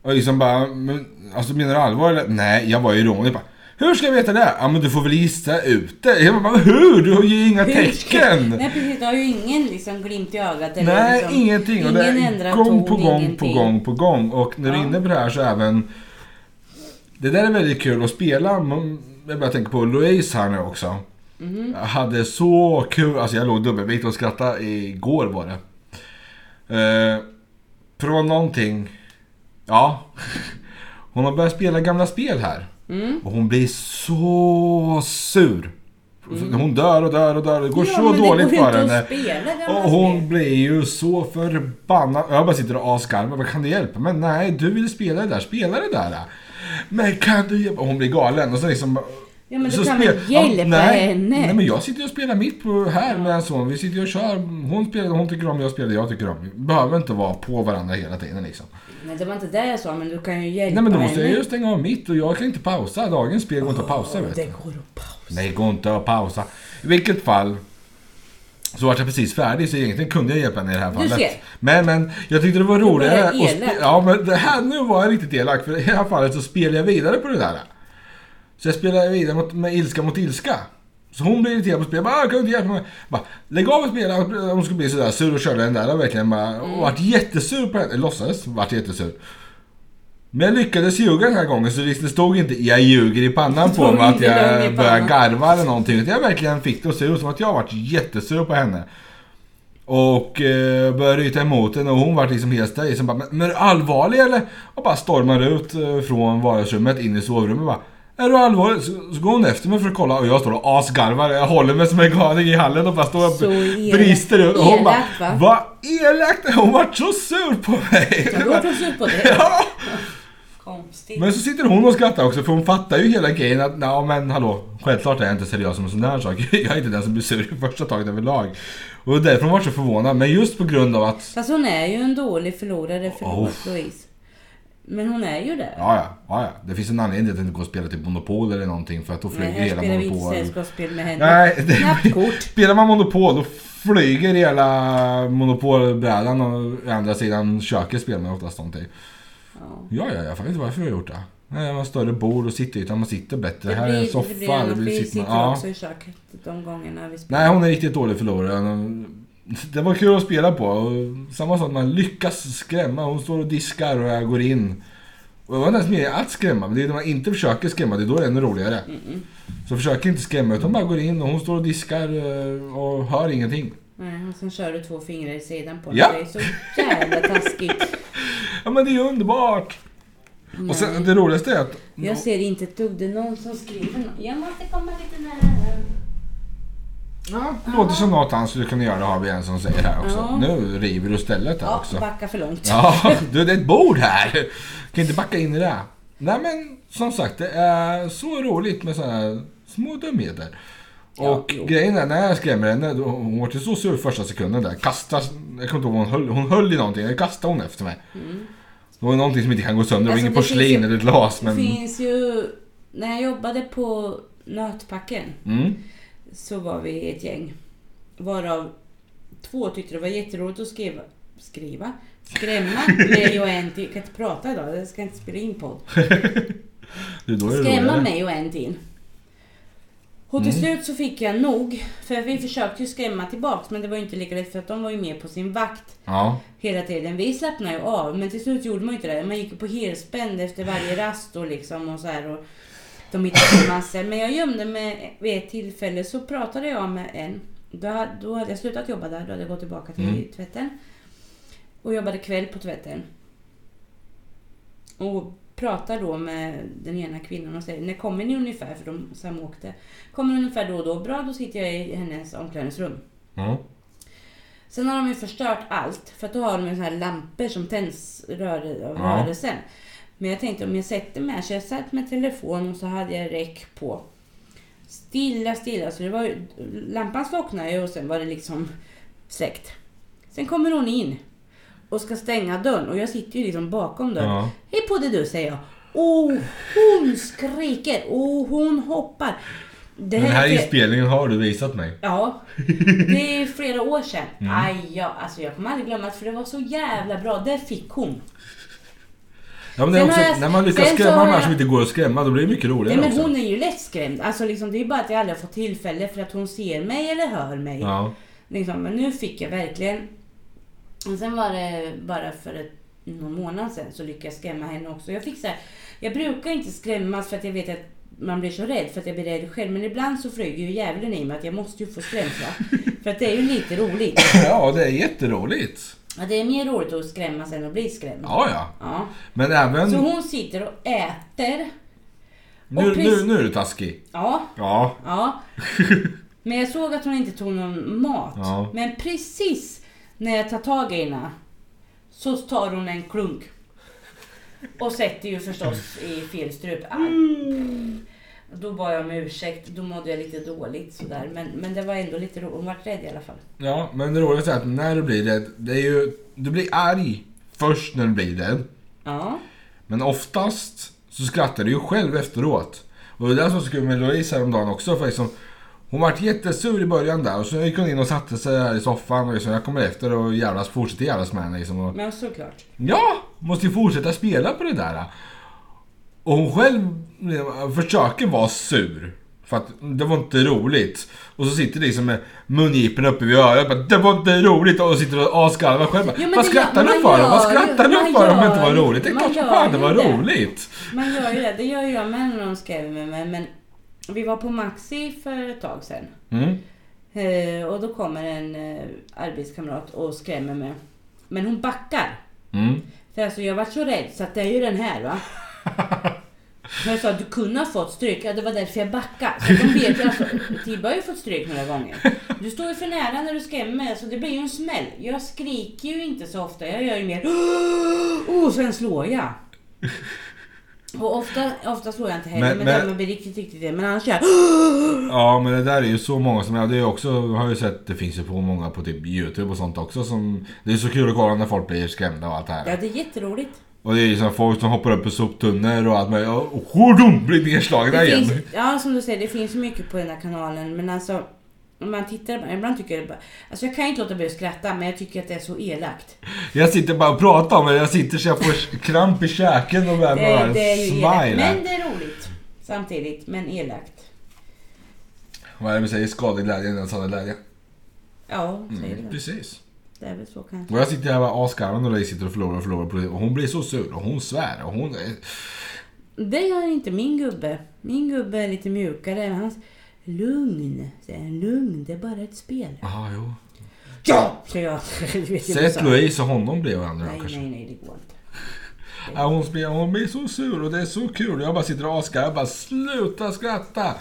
Speaker 1: Och liksom bara, men, alltså menar du allvar eller? Nej, jag var ironisk bara. Hur ska jag veta det? Ja men du får väl gissa ut det. Jag bara, hur? Du har ju inga
Speaker 2: Hur ska-
Speaker 1: tecken.
Speaker 2: Nej precis, du har ju ingen liksom glimt i ögat. Eller
Speaker 1: Nej,
Speaker 2: liksom,
Speaker 1: ingenting. Och det
Speaker 2: ingen
Speaker 1: är
Speaker 2: ändrar
Speaker 1: gång
Speaker 2: ton,
Speaker 1: på gång på
Speaker 2: ingenting.
Speaker 1: gång på gång. Och när du är
Speaker 2: Ja.
Speaker 1: inne på det här så även... Det där är väldigt kul att spela. Man- Jag börjar tänka på Louise här nu också.
Speaker 2: Mhm.
Speaker 1: Jag hade så kul, alltså jag låg dubbelvikt och skrattade igår var det. Eh, för det var någonting, ja. <laughs> Hon har börjat spela gamla spel här.
Speaker 2: Mm.
Speaker 1: Och hon blir så sur. Hon dör och dör och dör. Det går
Speaker 2: Mm. ja,
Speaker 1: så
Speaker 2: men
Speaker 1: dåligt
Speaker 2: det går
Speaker 1: för
Speaker 2: ju inte
Speaker 1: henne.
Speaker 2: att spela gamla
Speaker 1: Och hon
Speaker 2: spel.
Speaker 1: blir ju så förbannad. Jag bara sitter och asgarvar. Vad kan det hjälpa? Men nej, du vill spela det där. Spela det där. Men kan du hjälpa? Och Hon blir galen. Och så liksom...
Speaker 2: Ja men
Speaker 1: så
Speaker 2: du kan
Speaker 1: spel-
Speaker 2: väl hjälpa
Speaker 1: Ja, nej,
Speaker 2: henne?
Speaker 1: Nej men jag sitter ju och spelar mitt på här med en son. Vi sitter ju och kör. Hon spelar, hon tycker om, jag spelar, jag tycker om. Vi behöver inte vara på varandra hela tiden liksom.
Speaker 2: Nej, det var inte det jag sa, men du kan ju hjälpa
Speaker 1: Nej men då måste jag
Speaker 2: henne.
Speaker 1: ju stänga av mitt och jag kan inte pausa. Dagens spel går inte att pausa vet
Speaker 2: Det
Speaker 1: du.
Speaker 2: går att pausa.
Speaker 1: Nej, det går inte att pausa. I vilket fall så var jag precis färdig så egentligen kunde jag hjälpa henne i det här
Speaker 2: Du
Speaker 1: fallet.
Speaker 2: ser.
Speaker 1: Men, men jag tyckte det var roligare
Speaker 2: börjar
Speaker 1: att
Speaker 2: elak.
Speaker 1: spe- Ja, men det här nu var jag riktigt elak för i det här fallet så spelade jag vidare på det där. Så jag spelade vidare mot, med ilska mot ilska. Så hon blev irriterad på spelet. Bara, "Ah, kan du inte hjälpa mig? Bara, Lägg av och spela. Hon skulle bli sådär sur och körde den där verkligen bara.
Speaker 2: Mm.
Speaker 1: Och vart jättesur på henne. Låtsades vart jättesur. Men jag lyckades ljuga den här gången så det liksom stod inte jag ljuger i pannan
Speaker 2: Det
Speaker 1: på
Speaker 2: stod
Speaker 1: mig att
Speaker 2: inte lögn i pannan.
Speaker 1: jag började garva eller någonting. Utan jag verkligen fick det att se ut som att jag varit jättesur på henne. Och eh, började ryta emot henne och hon vart liksom helt stel. Liksom bara, "Men- men är du allvarlig eller? Och bara stormar ut eh, från vardagsrummet in i sovrummet bara. Är du allvarlig? Så, så går hon efter mig för att kolla och jag står och asgarvar. Jag håller mig som en galning i hallen och bara står och
Speaker 2: Så elak-
Speaker 1: brister ut. Och hon
Speaker 2: elakt,
Speaker 1: bara,
Speaker 2: va?
Speaker 1: vad elakt! Hon vart så sur på mig! <laughs>
Speaker 2: Jag låter oss ut på det.
Speaker 1: ja.
Speaker 2: Konstigt.
Speaker 1: Men så sitter hon och skrattar också för hon fattar ju hela grejen att ja men hallå, självklart är jag inte seriös om en sån här sak. <laughs> Jag är inte den som blir sur i första taget överlag. Och därför var hon så förvånad. Men just på grund av att...
Speaker 2: Fast hon är ju en dålig förlorare, förlåt
Speaker 1: Uff.
Speaker 2: Louise. Men hon är ju det.
Speaker 1: Ja, ja, ja, ja. Det finns en anledning till att det inte går att spela typ Monopol eller någonting för att då
Speaker 2: Nej,
Speaker 1: flyger
Speaker 2: här
Speaker 1: hela
Speaker 2: spelar vi inte
Speaker 1: Monopol.
Speaker 2: sällskapsspel med henne.
Speaker 1: Nej, det, <laughs>
Speaker 2: Knappkort.
Speaker 1: spelar man Monopol då flyger hela Monopolbrädan och å andra sidan köket spelar man oftast någonting.
Speaker 2: Ja.
Speaker 1: Ja, ja, jag fattar inte varför jag har gjort det. Nej, man har större bord och sittyta, man sitter bättre.
Speaker 2: Det
Speaker 1: här är en
Speaker 2: blir,
Speaker 1: soffa.
Speaker 2: det blir annat. Vi
Speaker 1: sitter-
Speaker 2: sitter
Speaker 1: ja.
Speaker 2: också i köket de gångerna vi spelar.
Speaker 1: Nej, hon är riktigt dålig förlorare. Det var kul att spela på. Och Samma sak, man lyckas skrämma. Hon står och diskar och jag går in. Och det var inte ens meningen att skrämma, men det är när man inte försöker skrämma, det är då det är ännu roligare.
Speaker 2: Mm-mm.
Speaker 1: Så försök inte skrämma, utan bara går in och hon står och diskar eh, och hör ingenting.
Speaker 2: Nej, och sen kör du två fingrar i sidan på
Speaker 1: Ja.
Speaker 2: ja. Det är så jävla taskigt.
Speaker 1: Ja men det är ju underbart! <laughs> Och sen det roligaste är att...
Speaker 2: Jag ser inte ett dugg. Det är någon som skriver nå- Jag måste komma lite nära.
Speaker 1: Ja, det låter som något han skulle kunna göra, har vi en som säger här också.
Speaker 2: Ja.
Speaker 1: Nu river du stället här
Speaker 2: Ja,
Speaker 1: också.
Speaker 2: backa för långt.
Speaker 1: Ja, du det är ett bord här. Kan inte backa in i det. Nej men som sagt, det är så roligt med sådana här små dumheter.
Speaker 2: Ja,
Speaker 1: Och
Speaker 2: jo.
Speaker 1: grejen är, när jag skrämmer henne, då, hon var till så sur första sekunden där. Kastar, jag kommer inte ihåg vad hon höll, hon höll i någonting, eller kastade hon efter mig. Det var ju någonting som inte kan gå sönder,
Speaker 2: Mm. Alltså,
Speaker 1: det var
Speaker 2: det
Speaker 1: inget porslin
Speaker 2: finns ju-
Speaker 1: eller glas
Speaker 2: Det
Speaker 1: men...
Speaker 2: finns ju... När jag jobbade på Nötpacken
Speaker 1: Mm.
Speaker 2: så var vi ett gäng. Varav två tyckte det var jätteroligt att skriva. Skriva? Skrämma
Speaker 1: <laughs>
Speaker 2: mig och en till. Jag kan inte prata idag, jag ska inte spela in podd.
Speaker 1: Du, då är det
Speaker 2: Skrämma
Speaker 1: roligare. Mm.
Speaker 2: mig och en till. Och till slut så fick jag nog. För vi försökte ju skrämma tillbaks men det var ju inte lika lätt för att de var ju med på sin vakt
Speaker 1: Ja.
Speaker 2: hela tiden. Vi slappnade ju av men till slut gjorde man ju inte det. Man gick ju på helspänn efter varje rast och liksom och så här. Och de hittade på massor. Men jag gömde mig vid ett tillfälle så pratade jag med en. Då, ha- då hade jag slutat jobba där. Då hade jag gått tillbaka till
Speaker 1: Mm.
Speaker 2: tvätten. Och jobbade kväll på tvätten. Och pratar då med den ena kvinnan och säger när kommer ni ungefär? För de samåkte. Kommer ungefär då och då. Bra, då sitter jag i hennes omklädningsrum.
Speaker 1: Mm.
Speaker 2: Sen har de ju förstört allt. För att då har de ju såna här lampor som tänds rör, av
Speaker 1: Ja.
Speaker 2: rörelsen. Men jag tänkte om jag sätter mig här. Så jag satt med telefon och så hade jag räck på. Stilla, stilla. Så det var ju, lampan slocknade ju och sen var det liksom släckt. Sen kommer hon in och ska stänga dörren och jag sitter ju liksom bakom dörren.
Speaker 1: Ja.
Speaker 2: Hej på dig du, säger jag. Och hon skriker och hon hoppar. Det
Speaker 1: Den här
Speaker 2: är-
Speaker 1: inspelningen har du visat mig.
Speaker 2: Ja, det är flera år sedan. Aj, ja, alltså jag kommer aldrig glömma det för det var så jävla bra. Det fick hon.
Speaker 1: Ja, men det är
Speaker 2: Sen
Speaker 1: också,
Speaker 2: har jag-
Speaker 1: när man lyckas
Speaker 2: sen så
Speaker 1: skrämma
Speaker 2: har
Speaker 1: de här
Speaker 2: jag-
Speaker 1: som inte går att skrämma, då blir det mycket
Speaker 2: Nej,
Speaker 1: roligare
Speaker 2: men
Speaker 1: också.
Speaker 2: hon är ju lättskrämd. Alltså liksom, det är bara att jag aldrig har fått tillfälle för att hon ser mig eller hör mig.
Speaker 1: Ja.
Speaker 2: Liksom, men nu fick jag verkligen... Och sen var det bara för ett, någon månad sedan så lyckades jag skrämma henne också. Jag fick så här, jag brukar inte skrämmas för att jag vet att man blir så rädd för att jag blir rädd själv. Men ibland så flyger ju djävulen i mig att jag måste ju få skrämsla. för att det är ju lite roligt.
Speaker 1: ja, det är jätteroligt.
Speaker 2: Ja, det är mer roligt att skrämmas än att bli skrämd.
Speaker 1: Ja, ja.
Speaker 2: Ja.
Speaker 1: Men även...
Speaker 2: Så hon sitter och äter.
Speaker 1: Nu,
Speaker 2: och precis-
Speaker 1: nu, nu är du taskig.
Speaker 2: Ja,
Speaker 1: Ja.
Speaker 2: ja. Men jag såg att hon inte tog någon mat.
Speaker 1: Ja.
Speaker 2: Men precis när jag tar tag i henne så tar hon en klunk. Och sätter ju förstås i fel strup. Mm. Då bad jag om ursäkt. Då mådde jag lite dåligt sådär. Men, men det var ändå lite roligt. Hon var rädd i alla fall.
Speaker 1: Ja, men det roliga är att när du blir rädd, det är ju... Du blir arg först när du blir rädd.
Speaker 2: Ja.
Speaker 1: Men oftast så skrattar du ju själv efteråt. Och det var det som skulle med Louise häromdagen också. För liksom, hon vart jättesur i början där och så gick hon in och satte sig här i soffan och liksom, jag kommer efter och jävlas, fortsätter jävlas med henne liksom. Och,
Speaker 2: Men såklart.
Speaker 1: ja, måste ju fortsätta spela på det där. Och hon själv eh, försöker vara sur. För att det var inte roligt. Och så sitter liksom med mungiporna uppe vid örat. bara, Det var inte roligt. Och sitter och asgarvar själv. bara,
Speaker 2: Jo, men
Speaker 1: Vad
Speaker 2: det
Speaker 1: skrattar
Speaker 2: gör-
Speaker 1: du
Speaker 2: man
Speaker 1: för? Vad
Speaker 2: gör ju-
Speaker 1: skrattar du
Speaker 2: man
Speaker 1: för om det inte
Speaker 2: gör
Speaker 1: var
Speaker 2: ju-
Speaker 1: roligt? Det är
Speaker 2: man
Speaker 1: klart som
Speaker 2: gör
Speaker 1: fan det
Speaker 2: ju
Speaker 1: var
Speaker 2: det.
Speaker 1: roligt.
Speaker 2: Man gör ju det. Det gör jag med när någon skrämmer med mig. Men vi var på Maxi för ett tag sedan.
Speaker 1: Mm.
Speaker 2: Eh, Och då kommer en eh, arbetskamrat och skrämmer mig. Men hon backar.
Speaker 1: Mm.
Speaker 2: För alltså jag var så rädd så att det är ju den här
Speaker 1: <laughs>
Speaker 2: va. Men jag sa du kunde ha fått stryk. Ja, det var därför jag backade. Så de vet ju alltså. Tibbe har ju fått stryk några gånger. Du står ju för nära när du skrämmer mig, så det blir ju en smäll. Jag skriker ju inte så ofta. Jag gör ju mer <gasps> och sen slår jag. Och ofta, ofta slår jag inte heller,
Speaker 1: Men-
Speaker 2: men,
Speaker 1: men-
Speaker 2: men, men blir riktigt, riktigt det. Men annars kör jag <gasps>
Speaker 1: Ja men det där är ju så många som, ja, det är ju också, jag har ju sett, det finns ju på många på typ YouTube och sånt också som, det är så kul att kolla när folk blir skrämda och allt det här.
Speaker 2: Ja, det är jätteroligt.
Speaker 1: Och det är liksom folk som hoppar upp i soptunnor och allt möjligt. Och skördum blir nedslagna
Speaker 2: Det
Speaker 1: igen.
Speaker 2: finns, ja, som du säger, det finns mycket på den här kanalen. Men alltså, om man tittar, ibland tycker jag det bara, Alltså jag kan inte låta bli att skratta, men jag tycker att det är så elakt.
Speaker 1: Jag sitter bara och pratar om det. Jag sitter så jag får kramp i käken och börjar
Speaker 2: Det,
Speaker 1: bara
Speaker 2: det är ju elakt.
Speaker 1: smila.
Speaker 2: Men det är roligt. Samtidigt, men elakt.
Speaker 1: Vad är det vi säger? Skadlig glädje innan sann glädje.
Speaker 2: Ja, säger
Speaker 1: Mm,
Speaker 2: du.
Speaker 1: precis.
Speaker 2: Det är väl så kanske.
Speaker 1: Och jag sitter här och bara asgarvande och Louise sitter och förlorar och förlorar. på det. Och hon blir så sur och hon svär och hon...
Speaker 2: Det gör inte min gubbe. Min gubbe är lite mjukare. men Hans, lugn, säger han. Lugn, det är bara ett spel.
Speaker 1: Ah, jo.
Speaker 2: Ja! Så jag, <laughs> du vet ju
Speaker 1: Sätt
Speaker 2: så.
Speaker 1: Louise och honom bredvid varandra då
Speaker 2: Nej,
Speaker 1: kanske.
Speaker 2: nej, nej, det går inte.
Speaker 1: Ja, hon, blir, hon blir så sur och det är så kul. Jag bara sitter och askar. Jag bara sluta skratta.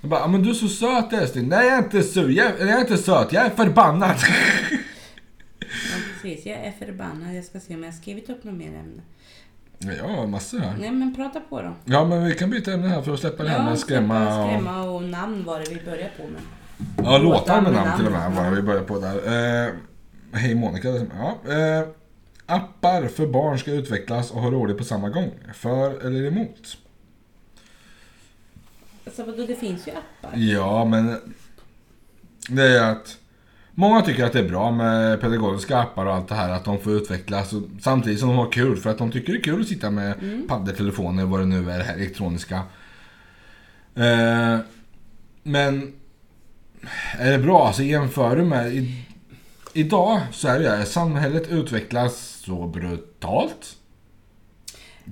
Speaker 1: Jag bara, "Ja, men du är så söt älskling. Nej jag är inte sur. Jag, jag är inte söt. Jag är förbannad. <laughs>
Speaker 2: Ja, precis. Jag är förbannad. Jag ska se om jag har skrivit upp något mer ämne.
Speaker 1: Jag har massor här.
Speaker 2: Nej men prata på då.
Speaker 1: Ja men vi kan byta ämne här för att släppa det här med att skrämma.
Speaker 2: och...
Speaker 1: Och,
Speaker 2: skrämma och namn var det vi började på med.
Speaker 1: ja låtar
Speaker 2: Låtar med
Speaker 1: med namn till och med
Speaker 2: namn.
Speaker 1: var det vi började på där. Eh, Hej Monica. Ja, eh, appar för barn ska utvecklas och ha roligt på samma gång. För eller emot?
Speaker 2: Alltså vadå, det finns ju appar.
Speaker 1: Ja, men det är att många tycker att det är bra med pedagogiska appar och allt det här, att de får utvecklas och, samtidigt som de har kul för att de tycker det är kul att sitta med
Speaker 2: Mm.
Speaker 1: paddor, telefoner, vad det nu är, det här elektroniska. Eh, men är det bra? Alltså jämför du med i, idag så är det ju här, samhället utvecklas så brutalt.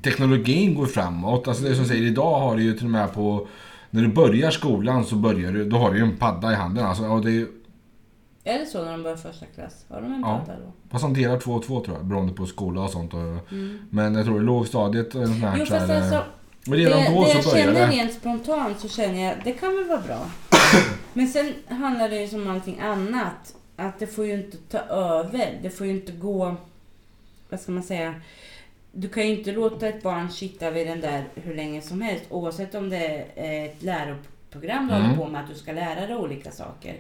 Speaker 1: Teknologin går framåt. Alltså det är som säger idag har du ju till och med på när du börjar skolan så börjar du, då har du ju en padda i handen. Alltså, och det är, ju-
Speaker 2: Är det så när de börjar första klass? Har de en
Speaker 1: Ja.
Speaker 2: padda då?
Speaker 1: fast de delar två och två tror jag, beroende på skola och sånt. Och,
Speaker 2: Mm.
Speaker 1: men jag tror i lågstadiet och sånt här
Speaker 2: Jo
Speaker 1: så är
Speaker 2: fast
Speaker 1: det...
Speaker 2: alltså,
Speaker 1: Men
Speaker 2: det,
Speaker 1: redan
Speaker 2: det
Speaker 1: då
Speaker 2: jag
Speaker 1: så börjar
Speaker 2: känner
Speaker 1: det.
Speaker 2: rent spontant så känner jag, det kan väl vara
Speaker 1: <coughs>
Speaker 2: bra. Men sen handlar det ju som allting annat, att det får ju inte ta över. Det får ju inte gå, vad ska man säga, du kan ju inte låta ett barn sitta vid den där hur länge som helst oavsett om det är ett läroprogram program du
Speaker 1: Mm.
Speaker 2: håller på med, att du ska lära dig olika saker.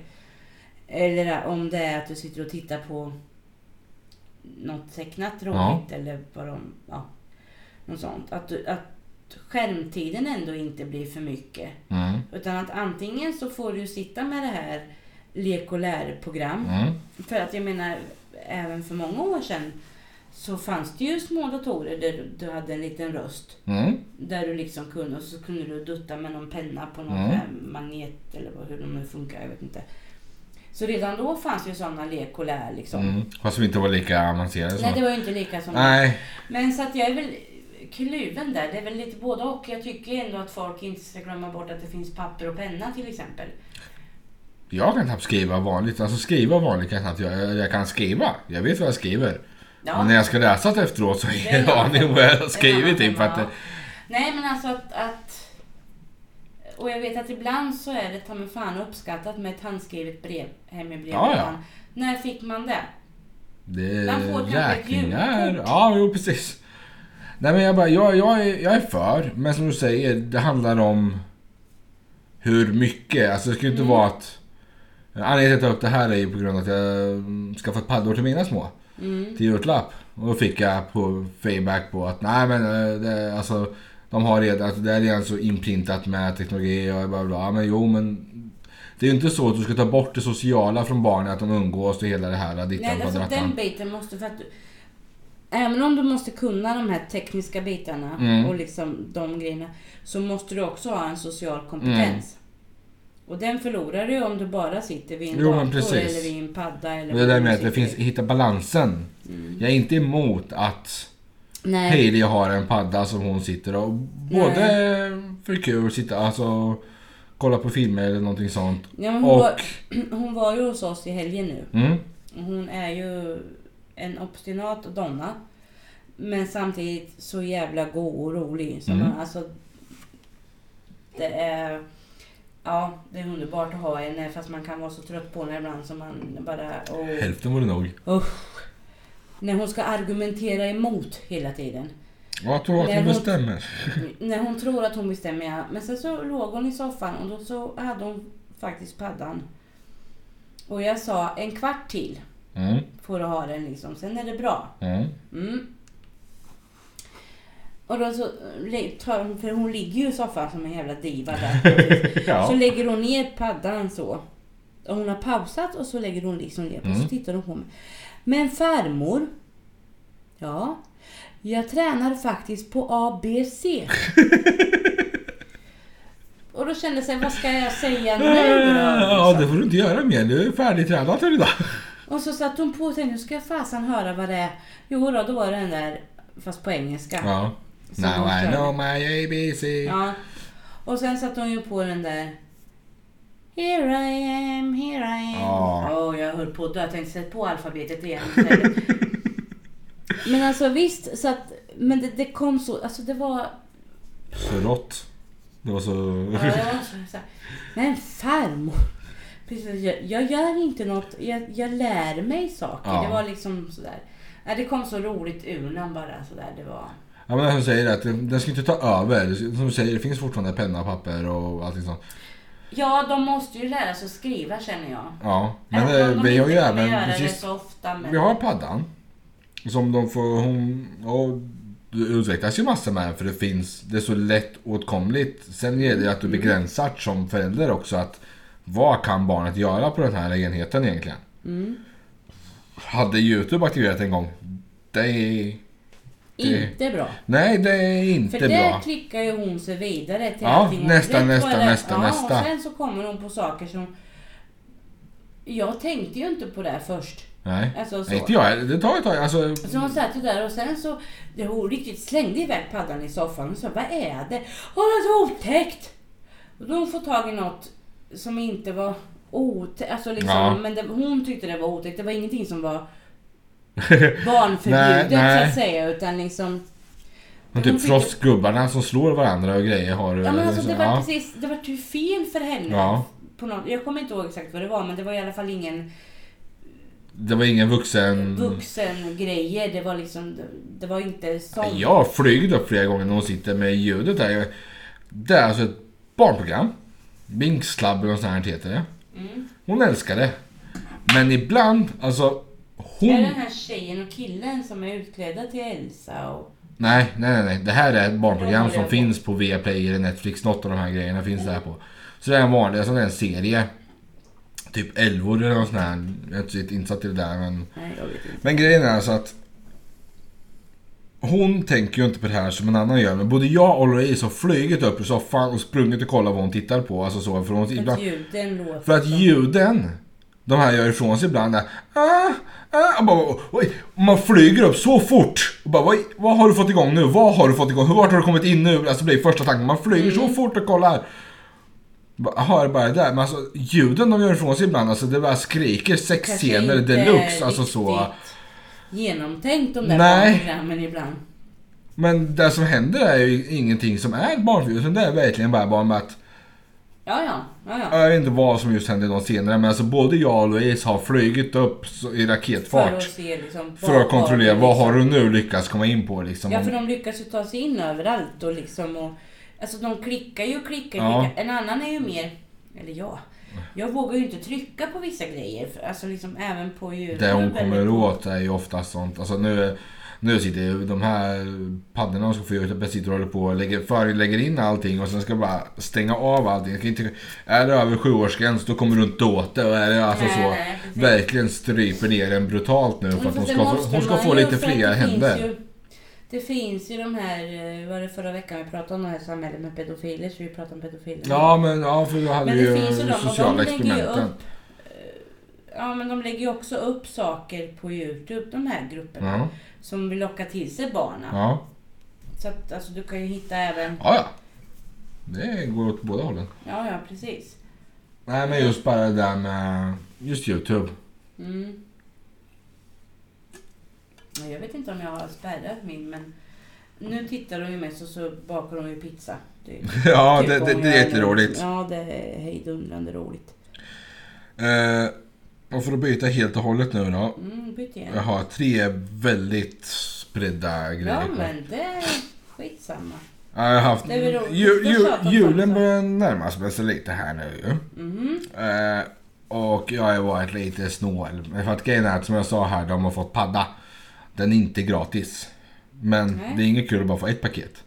Speaker 2: Eller om det är att du sitter och tittar på något tecknat roligt eller vad de, ja, något sånt. Att, du, att skärmtiden ändå inte blir för mycket.
Speaker 1: Mm.
Speaker 2: Utan att antingen så får du sitta med det här lek och lärprogram.
Speaker 1: Mm.
Speaker 2: För att jag menar, även för många år sedan så fanns det ju små datorer där du- du hade en liten röst.
Speaker 1: Mm.
Speaker 2: Där du liksom kunde, och så kunde du dutta med någon penna på någon
Speaker 1: Mm.
Speaker 2: sån här magnet eller vad- hur de nu funkar, jag vet inte. Så redan då fanns ju sådana lek och lär liksom.
Speaker 1: Mm. Fast som inte var lika avancerade
Speaker 2: Nej, det
Speaker 1: som...
Speaker 2: var ju inte lika som...
Speaker 1: Nej.
Speaker 2: Men så att jag är väl kluven där. Det är väl lite både och. Jag tycker ändå att folk inte ska glömma bort att det finns papper och penna till exempel.
Speaker 1: Jag kan knappt skriva vanligt. Alltså skriva vanligt kan jag knappt göra. Jag- Jag kan skriva. Jag vet vad jag skriver.
Speaker 2: Ja.
Speaker 1: Men när jag ska läsa det efteråt så har
Speaker 2: Det
Speaker 1: jag <laughs>
Speaker 2: är
Speaker 1: ingen
Speaker 2: en
Speaker 1: aning
Speaker 2: annan
Speaker 1: vad jag
Speaker 2: femma.
Speaker 1: har skrivit.
Speaker 2: Det är en
Speaker 1: Typ, för
Speaker 2: annan
Speaker 1: att
Speaker 2: femma,
Speaker 1: det-
Speaker 2: ja. Nej, men alltså att, att... Och jag vet att ibland så är det ta mig fan uppskattat med ett handskrivet brev hem i brevlådan.
Speaker 1: Ja, ja.
Speaker 2: När fick man det?
Speaker 1: det
Speaker 2: Man
Speaker 1: är
Speaker 2: får kanske ett
Speaker 1: räkningar.
Speaker 2: julkort.
Speaker 1: Ja, jo precis. Nej men jag bara, jag, jag, är, jag är för. Men som du säger, det handlar om hur mycket. Alltså det ska ju inte
Speaker 2: Mm.
Speaker 1: vara att... Anledningen till att jag tar upp det här är ju på grund av att jag mm, skaffade ett paddor till mina små.
Speaker 2: Mm.
Speaker 1: till julklapp. Och då fick jag på feedback på att nej men eh, det, alltså de har redan, alltså, det är redan så inprintat med teknologi och bla bla, bla. Ja, men jo men det är ju inte så att du ska ta bort det sociala från barnen att de umgås och hela det här dittan
Speaker 2: Nej,
Speaker 1: på
Speaker 2: alltså
Speaker 1: drattan.
Speaker 2: den biten måste för att du... Även om du måste kunna de här tekniska bitarna
Speaker 1: Mm.
Speaker 2: och liksom de grejerna så måste du också ha en
Speaker 1: Mm.
Speaker 2: social kompetens. Och den förlorar du om du bara sitter vid en
Speaker 1: Jo, men
Speaker 2: dator
Speaker 1: precis.
Speaker 2: eller vid en padda. Eller
Speaker 1: Och det
Speaker 2: vad
Speaker 1: där
Speaker 2: du
Speaker 1: med att det
Speaker 2: sitter i.
Speaker 1: finns, hitta balansen. Jag är inte emot att
Speaker 2: Nej.
Speaker 1: Hailey har en padda som hon sitter och både för kul, sitta, alltså kolla på filmer eller någonting sånt.
Speaker 2: Ja, men hon,
Speaker 1: Och...
Speaker 2: var, <clears throat> hon var ju hos oss i helgen nu.
Speaker 1: Mm,
Speaker 2: Hon är ju en obstinat donna. Men samtidigt så jävla god och rolig. Så
Speaker 1: Mm.
Speaker 2: man, alltså, det är Ja, det är underbart att ha henne fast man kan vara så trött på henne ibland som man bara... åh.
Speaker 1: hälften vore nog.
Speaker 2: usch. När hon ska argumentera emot hela tiden.
Speaker 1: Jag tror att
Speaker 2: Nej,
Speaker 1: hon
Speaker 2: hon-
Speaker 1: bestämmer.
Speaker 2: När hon tror att hon bestämmer ja. Men sen så låg hon i soffan och då så hade hon faktiskt paddan. Och jag sa en kvart till
Speaker 1: Mm,
Speaker 2: får du ha den liksom. Sen är det bra.
Speaker 1: mm. <laughs>
Speaker 2: Mm. Och då så eh, le- tar hon, för hon ligger ju i soffan som en jävla diva där.
Speaker 1: <laughs> Ja.
Speaker 2: Så lägger hon ner paddan så. Och hon har pausat och så lägger hon liksom ner. Och så
Speaker 1: Mm.
Speaker 2: tittar hon på mig. Men farmor. Ja. Jag tränar faktiskt på ABC.
Speaker 1: <laughs>
Speaker 2: och då kände jag så här, vad ska jag säga nu då?
Speaker 1: <laughs> Ja, det får du inte göra mer. Du är färdigtränad för idag.
Speaker 2: Och så satt hon på och tänkte, nu ska jag fasen höra vad det är. Jo då, då var det den där, fast på engelska.
Speaker 1: Ja.
Speaker 2: Så
Speaker 1: Now
Speaker 2: de
Speaker 1: I
Speaker 2: kör.
Speaker 1: know my ABC.
Speaker 2: Ja. Och sen satte hon ju på den där Here I am, here I am.
Speaker 1: Ja.
Speaker 2: Åh, jag höll på att dö. Jag tänkte sätta på alfabetet igen. istället. men alltså visst, så att, men det, det kom så, alltså det var...
Speaker 1: Så rått. Det var så...
Speaker 2: Ja, det var så, så här, men farmor! Precis, jag, jag gör inte något, jag, jag lär mig saker.
Speaker 1: Ja.
Speaker 2: Det var liksom sådär. Nej, det kom så roligt ur den bara sådär. Det var...
Speaker 1: Ja, men som du säger, att den den ska inte ta över. Som du säger, det finns fortfarande penna och papper och allting sånt.
Speaker 2: Ja, de måste ju lära sig att skriva känner jag.
Speaker 1: Ja, men
Speaker 2: Även
Speaker 1: det,
Speaker 2: om de
Speaker 1: vi
Speaker 2: inte
Speaker 1: har ju
Speaker 2: kommer
Speaker 1: även...
Speaker 2: göra det
Speaker 1: Precis,
Speaker 2: så ofta. Men...
Speaker 1: vi har paddan. Som de får... Hon... Och, det utvecklas ju massor med den, för det finns... Det är så lätt åtkomligt. Sen är det ju att
Speaker 2: Mm.
Speaker 1: du begränsar som förälder också att vad kan barnet göra på den här enheten egentligen?
Speaker 2: Mm.
Speaker 1: Hade Youtube aktiverat en gång. Det är... Det-
Speaker 2: Inte bra.
Speaker 1: Nej, det är
Speaker 2: För
Speaker 1: inte
Speaker 2: där
Speaker 1: bra.
Speaker 2: klickar ju hon sig vidare till
Speaker 1: Ja,
Speaker 2: allting hon
Speaker 1: nästa,
Speaker 2: vet vad
Speaker 1: nästa,
Speaker 2: det är.
Speaker 1: nästa,
Speaker 2: ja,
Speaker 1: nästa.
Speaker 2: Och sen så kommer hon på saker som... Jag tänkte ju inte på det här först.
Speaker 1: Nej.
Speaker 2: Alltså, så.
Speaker 1: Nej, inte jag. Det tar ett tag. Alltså,
Speaker 2: Så hon satt ju där och sen så... Det hon riktigt slängde iväg paddan i soffan och sa vad är det? Åh, det är så otäckt! Och då har hon fått tag i något som inte var otäckt. Alltså liksom,
Speaker 1: Ja.
Speaker 2: men det, hon tyckte det var otäckt. Det var ingenting som
Speaker 1: <laughs>
Speaker 2: var barnförbjudet
Speaker 1: Nej, nej.
Speaker 2: så att säga utan liksom...
Speaker 1: men
Speaker 2: hon
Speaker 1: typ
Speaker 2: tyckte-
Speaker 1: frossgubbarna som slår varandra och grejer har du.
Speaker 2: Ja men alltså
Speaker 1: så-
Speaker 2: det var
Speaker 1: ja.
Speaker 2: precis, det var ju fel för henne.
Speaker 1: Ja.
Speaker 2: På något, jag kommer inte ihåg exakt vad det var men det var i alla fall ingen
Speaker 1: det var ingen vuxen...
Speaker 2: vuxen grejer. Det var liksom, det, det var inte sånt.
Speaker 1: Jag har flugit upp flera gånger när hon sitter med ljudet där. Det är alltså ett barnprogram. Binks Club eller något sånt här heter det.
Speaker 2: Mm.
Speaker 1: Hon älskar det. Men ibland, alltså
Speaker 2: Är det
Speaker 1: hon...
Speaker 2: den här tjejen och killen som är utklädda till Elsa och...
Speaker 1: Nej, nej, nej, nej. Det här är ett barnprogram
Speaker 2: Det håller
Speaker 1: som
Speaker 2: jag
Speaker 1: finns på Viaplay eller Netflix. Något av de här grejerna finns där på. Så det är en vanlig alltså det är en serie. Typ älvor eller något sånt här. Jag är inte riktigt insatt i det där men...
Speaker 2: Nej, jag vet inte.
Speaker 1: Men grejen är alltså att hon tänker ju inte på det här som en annan gör. Men både jag och Louise har flugit upp ur soffan och sprungit och kollat vad hon tittar på. Alltså så, för, hon,
Speaker 2: För att
Speaker 1: ibland,
Speaker 2: ljuden låter
Speaker 1: för att
Speaker 2: som-
Speaker 1: ljuden de här gör ifrån sig ibland. Där, ah, ah, och bara, oj, man flyger upp så fort. Och bara, vad, vad har du fått igång nu? Vad har du fått igång? Hur vart har du kommit in nu? Alltså det blir första tanken. Man flyger så
Speaker 2: Mm.
Speaker 1: fort och kollar. Bara, Jaha, är det bara det där? Men alltså ljuden de gör ifrån sig ibland. Alltså det bara skriker
Speaker 2: Kanske
Speaker 1: sexscener
Speaker 2: inte
Speaker 1: deluxe. Alltså så.
Speaker 2: riktigt Genomtänkt de där
Speaker 1: Nej.
Speaker 2: programmen ibland.
Speaker 1: Men det som händer är ju ingenting som är barnförbjudet. utan Det är verkligen bara barn med att...
Speaker 2: Ja, ja. ja, ja.
Speaker 1: Jag vet inte vad som just hände någon senare men alltså både jag och Louise har flugit upp så- i
Speaker 2: För att
Speaker 1: raketfart.
Speaker 2: se liksom...
Speaker 1: För att kontrollera vad har
Speaker 2: liksom-
Speaker 1: du nu lyckats komma in på liksom.
Speaker 2: Ja, för de lyckas ju ta sig in överallt och liksom och... Alltså de klickar ju och klickar,
Speaker 1: Ja.
Speaker 2: klickar. En annan är ju mer... Eller jag. Jag vågar ju inte trycka på vissa grejer. För, alltså liksom även på ju...
Speaker 1: Det hon kommer åt är ju oftast sånt. Alltså nu, nu sitter ju de här paddorna de ska få ge ut uppe sitter och håller på och lägger, för, lägger in allting och sen ska bara stänga av allting. Jag kan inte, är det över sjuårsgräns då kommer du inte åt det. Och är det alltså
Speaker 2: Nej,
Speaker 1: så.
Speaker 2: nej, precis.
Speaker 1: verkligen stryper ner den brutalt nu för att hon ska, få- hon ska få lite fria händer.
Speaker 2: Det finns ju de här, eh, var det förra veckan vi pratade om det här samhället med pedofiler, så vi pratade om pedofiler.
Speaker 1: Ja men ja för då hade
Speaker 2: Men
Speaker 1: vi
Speaker 2: det
Speaker 1: ju
Speaker 2: finns ju de och de
Speaker 1: sociala
Speaker 2: lägger ju
Speaker 1: experimenten.
Speaker 2: upp eh, Ja men de lägger ju också upp saker på Youtube de här grupperna.
Speaker 1: Ja,
Speaker 2: Som vill locka till sig barnen.
Speaker 1: Mm. ja.
Speaker 2: Så att alltså, du kan ju hitta även...
Speaker 1: ja, ja. Det går åt båda hållen.
Speaker 2: Ja ja precis.
Speaker 1: Nej men just bara det där med just Youtube.
Speaker 2: Mm. Ja, Jag vet inte om jag har spärrat min men... Nu tittar de ju mest och så bakar de ju pizza. Det är ju
Speaker 1: <laughs> ja
Speaker 2: typ
Speaker 1: det, det,
Speaker 2: om
Speaker 1: det
Speaker 2: jag
Speaker 1: är jätteroligt.
Speaker 2: Ja det är hejdundrande roligt.
Speaker 1: Eh, och för att byta helt och hållet nu då.
Speaker 2: Mm, byt igen.
Speaker 1: Jag har tre väldigt spridda grejer.
Speaker 2: Ja
Speaker 1: kvar.
Speaker 2: men det är skitsamma.
Speaker 1: Ja, jag har haft...
Speaker 2: Det är väl roligt.
Speaker 1: Ju,
Speaker 2: Det
Speaker 1: ju,
Speaker 2: tjatar man
Speaker 1: julen
Speaker 2: också.
Speaker 1: börjar närma sig sig lite här nu ju.
Speaker 2: Mhm.
Speaker 1: Eh, och jag har varit lite snål. För att grejen är att som jag sa här, de har fått padda. Den är inte gratis. Men
Speaker 2: Nej.
Speaker 1: det är inget kul att bara få ett paket.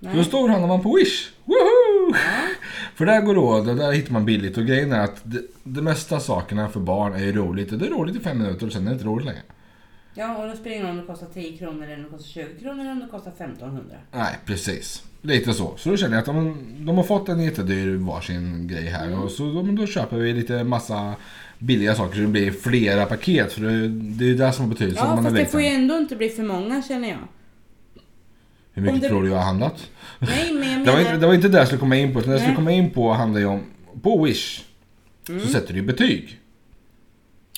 Speaker 2: Nej.
Speaker 1: Så då storhandlar man på Wish. Woho! <laughs> För där går det åt och där hittar man billigt. Och grejen är att det, det mesta sakerna för barn är ju roligt. Och det är roligt i fem minuter och sen är det inte roligt längre.
Speaker 2: Ja, och då spelar det ingen roll om det kostar 10 kronor eller om det kostar 20 kronor eller om det kostar 1500.
Speaker 1: Nej, precis. Lite så. Så då känner jag att de, de har fått en jättedyr varsin grej här.
Speaker 2: Mm.
Speaker 1: Och så då, men då köper vi lite massa billiga saker så det blir flera paket. För det, det är ju det som har betydelse om
Speaker 2: Ja,
Speaker 1: man är
Speaker 2: fast det
Speaker 1: liten.
Speaker 2: får ju ändå inte bli för många känner jag.
Speaker 1: Hur mycket
Speaker 2: om det-
Speaker 1: tror du jag har handlat?
Speaker 2: Nej, men jag
Speaker 1: <laughs> Det var, inte, det
Speaker 2: menar...
Speaker 1: var inte det jag skulle komma in på. utan Det jag skulle
Speaker 2: Nej. Mm.
Speaker 1: komma in på handlar ju om... På Wish så sätter du ju betyg.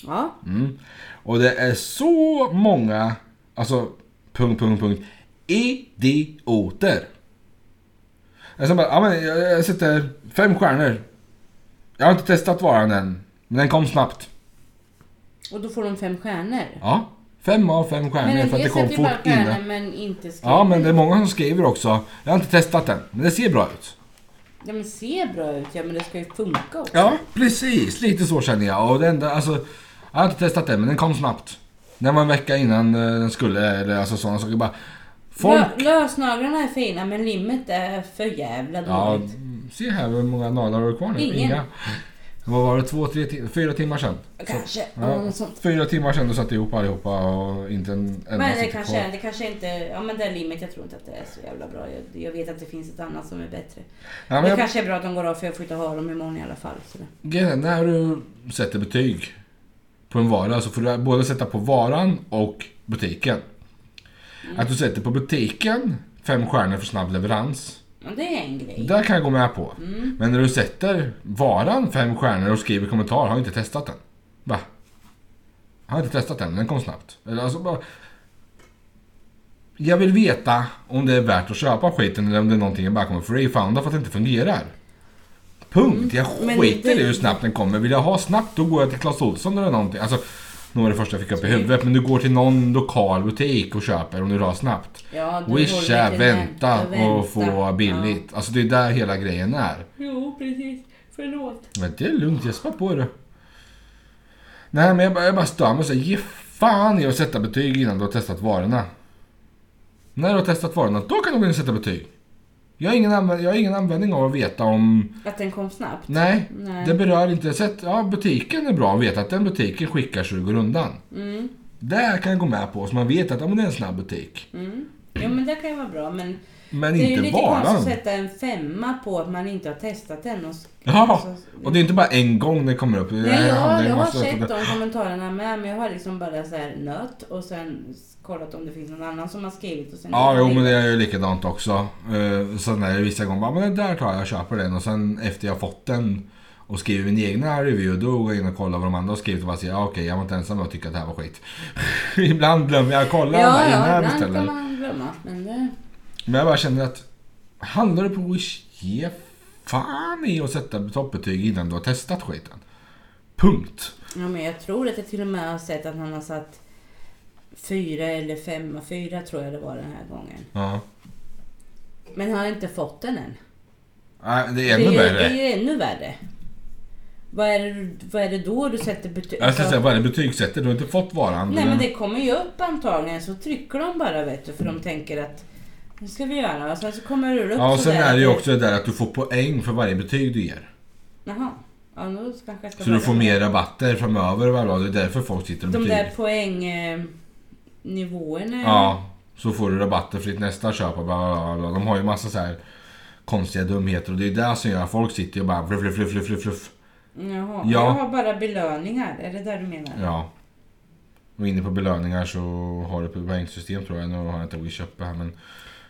Speaker 2: Ja,
Speaker 1: Mm. Och det är så många, alltså punkt, punkt, punkt, idioter. Alltså bara, ja, men jag, jag sätter fem stjärnor. Jag har inte testat varan än, men den kom snabbt.
Speaker 2: och då får de fem stjärnor.
Speaker 1: Ja, fem av fem stjärnor
Speaker 2: men
Speaker 1: för att det kom
Speaker 2: sätter ju bara
Speaker 1: fort innan.
Speaker 2: stjärnor men inte skriver.
Speaker 1: Ja, men det är många som skriver också. Jag har inte testat den, men det ser bra ut.
Speaker 2: Ja, men ser bra ut. Ja, men det ska ju funka också.
Speaker 1: Ja, precis. Lite så känner jag. Och det enda, alltså, jag har inte testat den, men den kom snabbt. Den var en vecka innan eh, den skulle, eller alltså sådana saker. Bara, folk
Speaker 2: Lö- lösnaglarna är fina, men limmet är för jävla
Speaker 1: Ja,
Speaker 2: dåligt.
Speaker 1: se här hur många naglar har du kvar nu?
Speaker 2: Ingen.
Speaker 1: Vad var det? Två, tre, tim- fyra timmar sedan?
Speaker 2: Kanske. Ja,
Speaker 1: Ja,
Speaker 2: något sånt.
Speaker 1: fyra timmar sedan du satte ihop allihopa och inte en enda
Speaker 2: Men det
Speaker 1: sitter
Speaker 2: kanske,
Speaker 1: kvar.
Speaker 2: är- det kanske inte... Ja, men det limmet, jag tror inte att det är så jävla bra. Jag, jag vet att det finns ett annat som är bättre.
Speaker 1: Ja,
Speaker 2: det
Speaker 1: men jag,
Speaker 2: kanske är bra att de går av för jag får inte ha dem imorgon i alla fall. Så det.
Speaker 1: grejen är, när du sätter betyg på en vara så får du både sätta på varan och butiken. Att du sätter på butiken fem stjärnor för snabb leverans.
Speaker 2: Men det är en grej. Mm.
Speaker 1: Där kan jag gå med på. Men när du sätter varan fem stjärnor och skriver kommentar, har inte testat den. Va? Har inte testat den, den kom snabbt. Eller alltså bara... Jag vill veta om det är värt att köpa skiten eller om det är någonting jag bara kommer få refunda för att det inte fungerar. Punkt. Jag
Speaker 2: Men
Speaker 1: skiter
Speaker 2: det-
Speaker 1: i hur snabbt den kommer. Vill jag ha snabbt då går jag till Clas Ohlson eller någonting. Alltså, nu var det första jag fick upp i huvudet. Men du går till någon lokal butik och köper om du vill ha snabbt.
Speaker 2: Ja, du
Speaker 1: Wish
Speaker 2: håller
Speaker 1: är
Speaker 2: till
Speaker 1: vänta
Speaker 2: vänta,
Speaker 1: och få billigt. Alltså det är där hela grejen är.
Speaker 2: Ja. Jo, precis. Förlåt.
Speaker 1: Men det är lugnt, jag spar på det. Nej, men jag bara, jag bara stör mig. så här, Ge fan i att sätta betyg innan du har testat varorna. När du har testat varorna, då kan du gå in och sätta betyg. Jag har ingen, använd, jag har ingen användning av att veta om...
Speaker 2: Att den kom snabbt?
Speaker 1: Nej,
Speaker 2: Nej.
Speaker 1: det berör inte. Sätt, ja, butiken är bra att veta att den butiken skickar 20 rundan.
Speaker 2: Mm.
Speaker 1: Där kan jag gå med på, så man vet att ja, men det är en snabb butik.
Speaker 2: Mm. Jo men det kan ju vara bra men
Speaker 1: Men
Speaker 2: det är ju
Speaker 1: inte
Speaker 2: lite
Speaker 1: bara.
Speaker 2: konstigt att sätta en femma på att man inte har testat den. Och, s-
Speaker 1: Ja,
Speaker 2: alltså,
Speaker 1: och det är inte bara en gång det kommer upp. Det här
Speaker 2: Nej, ja,
Speaker 1: handlar ju
Speaker 2: jag har
Speaker 1: massa-
Speaker 2: sett de kommentarerna med men jag har liksom bara så här nött och sen kollat om det finns någon annan som har skrivit och sen...
Speaker 1: Ja, jo men det är ju likadant också. Eh, Sen är det vissa gånger bara, men den där tar jag, jag köper den. Och sen efter jag fått den och skriver min egna review, då går jag in och kollar vad de andra har skrivit och bara säger, ja okej, jag var inte ensam om att tycka att det här var skit. <laughs> ibland glömmer jag att kolla
Speaker 2: Ja,
Speaker 1: bara innan
Speaker 2: ja,
Speaker 1: jag
Speaker 2: ibland
Speaker 1: beställer.
Speaker 2: kan man glömma. Men det...
Speaker 1: Men jag bara känner att, handlar du på Wish, ge fan i att sätta toppbetyg innan du har testat skiten. Punkt.
Speaker 2: Ja, men jag tror att jag till och med har sett att han har satt fyra eller femma. Fyra tror jag det var den här gången.
Speaker 1: Ja.
Speaker 2: Men han har inte fått den än.
Speaker 1: Nej, det är ännu
Speaker 2: det, är, ju-
Speaker 1: värre.
Speaker 2: det är ju ännu värre. Vad är, det- vad är det då du sätter betyg?
Speaker 1: Jag ska säga, vad är det betygsätter? Du har inte fått varan.
Speaker 2: Nej men det kommer ju upp antagligen så trycker de bara vet du för de tänker att nu ska vi göra och sen så kommer det upp
Speaker 1: Ja, och sen
Speaker 2: sådär
Speaker 1: är det ju
Speaker 2: att-
Speaker 1: också det där att du får poäng för varje betyg du ger.
Speaker 2: Jaha. Ja, då kanske jag ska
Speaker 1: Så du
Speaker 2: börja
Speaker 1: får
Speaker 2: med
Speaker 1: mer rabatter framöver varje dag. Det är därför folk sitter och
Speaker 2: De där
Speaker 1: betyg.
Speaker 2: poängnivåerna.
Speaker 1: Ja, så får du rabatter för ditt nästa köp och bla, bla, bla, bla. De har ju massa så här konstiga dumheter och det är det som gör att folk sitter och bara fluff, fluff, fluff, fluff, fluff, fluff.
Speaker 2: Jaha.
Speaker 1: Ja.
Speaker 2: Jag har bara belöningar. Är det där du menar?
Speaker 1: Ja. Och inne på belöningar så har du ett poängsystem tror jag. Nu har jag inte Wish uppe här men.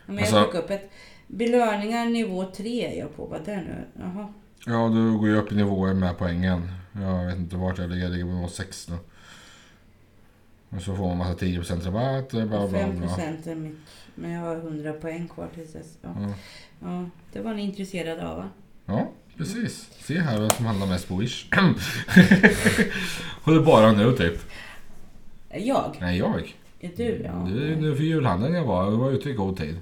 Speaker 2: Men
Speaker 1: Alltså-
Speaker 2: jag fick upp ett belöningar nivå 3 är jag på. Vad är det nu? Jaha.
Speaker 1: Ja, du går ju upp i nivåer med poängen. Jag vet inte vart jag ligger. Jag ligger på nivå 6 nu. Och så får man massa 10% rabatt. och Bla, bla,
Speaker 2: 5
Speaker 1: bla.
Speaker 2: procent är mitt. Men jag har 100 poäng kvar tills dess. Ja.
Speaker 1: Ja.
Speaker 2: ja. Det var ni intresserade av va?
Speaker 1: Ja, precis. Se här vem som handlar mest på Wish. <clears throat> Håller bara nu typ.
Speaker 2: Jag?
Speaker 1: Nej, jag.
Speaker 2: Är du? Ja.
Speaker 1: Det är ju nu för julhandeln jag var. Jag var ute i god tid.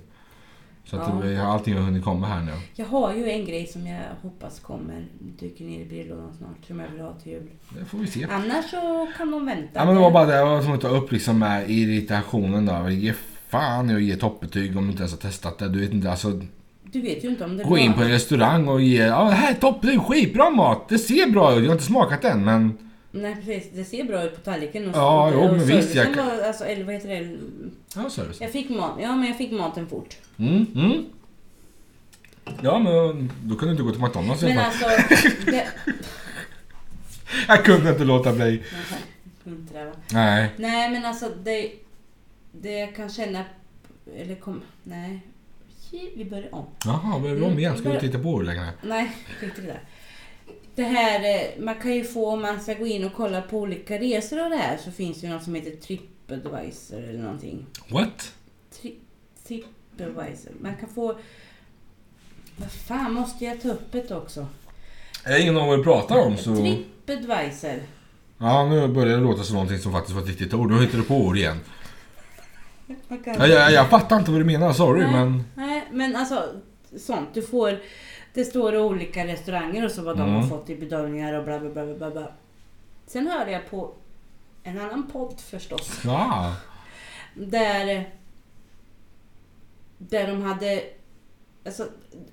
Speaker 1: Så att
Speaker 2: Ja.
Speaker 1: det, allting har hunnit komma här nu.
Speaker 2: Jag har ju en grej som jag hoppas kommer dyker ner i brevlådan snart som jag vill ha till jul.
Speaker 1: Det får vi se.
Speaker 2: Annars så kan de vänta.
Speaker 1: Ja, men det var bara det jag var tvungen att ta upp liksom med irritationen där. Men Ge fan i att ge toppbetyg om du inte ens har testat det. Du vet inte, alltså.
Speaker 2: Du vet ju inte om det är
Speaker 1: Gå in
Speaker 2: bra.
Speaker 1: på en restaurang och ge. Ja, det här är toppbetyg. Skitbra mat. Det ser bra ut. Jag har inte smakat än men.
Speaker 2: Nej precis, det ser bra ut på tallriken och
Speaker 1: Ja,
Speaker 2: och-
Speaker 1: jo, men
Speaker 2: och
Speaker 1: visst, jag
Speaker 2: servicen
Speaker 1: kan-
Speaker 2: var, alltså, eller vad heter det?
Speaker 1: Ja, service.
Speaker 2: Jag fick mat, ja men jag fick maten fort.
Speaker 1: Mm, mm. Ja, men då kan du inte gå till McDonalds i alla
Speaker 2: Men
Speaker 1: fall. <laughs>
Speaker 2: alltså... Det...
Speaker 1: Jag kunde inte låta bli.
Speaker 2: Inte det, va?
Speaker 1: Nej.
Speaker 2: Nej men alltså det... Det jag kan känna... Eller kom... Nej. Shit, Vi börjar om.
Speaker 1: Jaha, börjar vi om igen? Ska vi titta på urläggare?
Speaker 2: Nej, skit i det där. Det här, eh, man kan ju få om man ska gå in och kolla på olika resor och det här så finns det ju något som heter Tripadvisor eller någonting.
Speaker 1: What?
Speaker 2: Tri- Tripadvisor. Man kan få... Vad fan, måste jag ta upp ett också?
Speaker 1: Jag har ingen aning vad vi pratar om så...
Speaker 2: Tripadvisor.
Speaker 1: Ja, nu börjar det låta som någonting som faktiskt var ett riktigt ord. Nu hittar du på ord igen.
Speaker 2: Man kan-
Speaker 1: Jag, jag, jag fattar inte vad du menar, sorry
Speaker 2: Nej.
Speaker 1: men...
Speaker 2: Nej, men alltså sånt. Du får, det står olika restauranger och så vad de
Speaker 1: Mm.
Speaker 2: har fått i bedömningar och bla bla bla bla, bla bla. Sen hörde jag på en annan podd förstås.
Speaker 1: Ja.
Speaker 2: Där, där de hade, alltså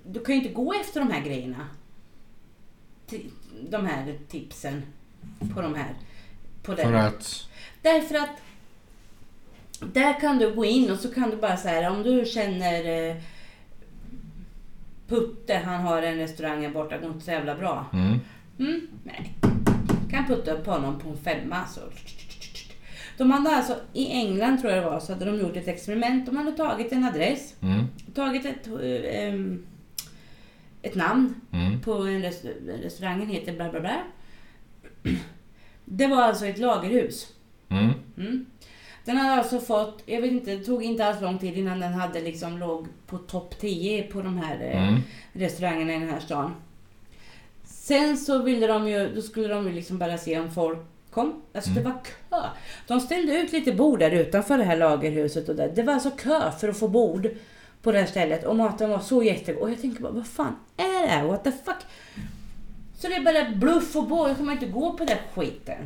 Speaker 2: du kan ju inte gå efter de här grejerna. Ti- De här tipsen på de här. På den.
Speaker 1: För att...
Speaker 2: Därför att där kan du gå in och så kan du bara så här om du känner eh, Putte, han har en restaurang här borta, går inte så jävla bra.
Speaker 1: Mm.
Speaker 2: Mm, nej. Kan putta upp honom på en femma så. De hade alltså, i England tror jag det var, så hade de gjort ett experiment. De hade tagit en adress,
Speaker 1: Mm.
Speaker 2: tagit ett, eh, em, ett namn
Speaker 1: Mm.
Speaker 2: på en restaurang, restaurangen heter bla bla bla. Det var alltså ett lagerhus.
Speaker 1: Mm.
Speaker 2: Mm. Den hade alltså fått, jag vet inte, det tog inte alls lång tid innan den hade liksom låg på topp 10 på de här eh,
Speaker 1: Mm.
Speaker 2: restaurangerna i den här stan. Sen så ville de ju, då skulle de ju liksom bara se om folk kom. Alltså det var kö. De ställde ut lite bord där utanför det här lagerhuset och där. Det var alltså kö för att få bord på det här stället och maten var så jättegod. Och jag tänker bara, vad fan är det här? What the fuck? Så det är bara bluff och båg. Jag kommer inte gå på den skiten.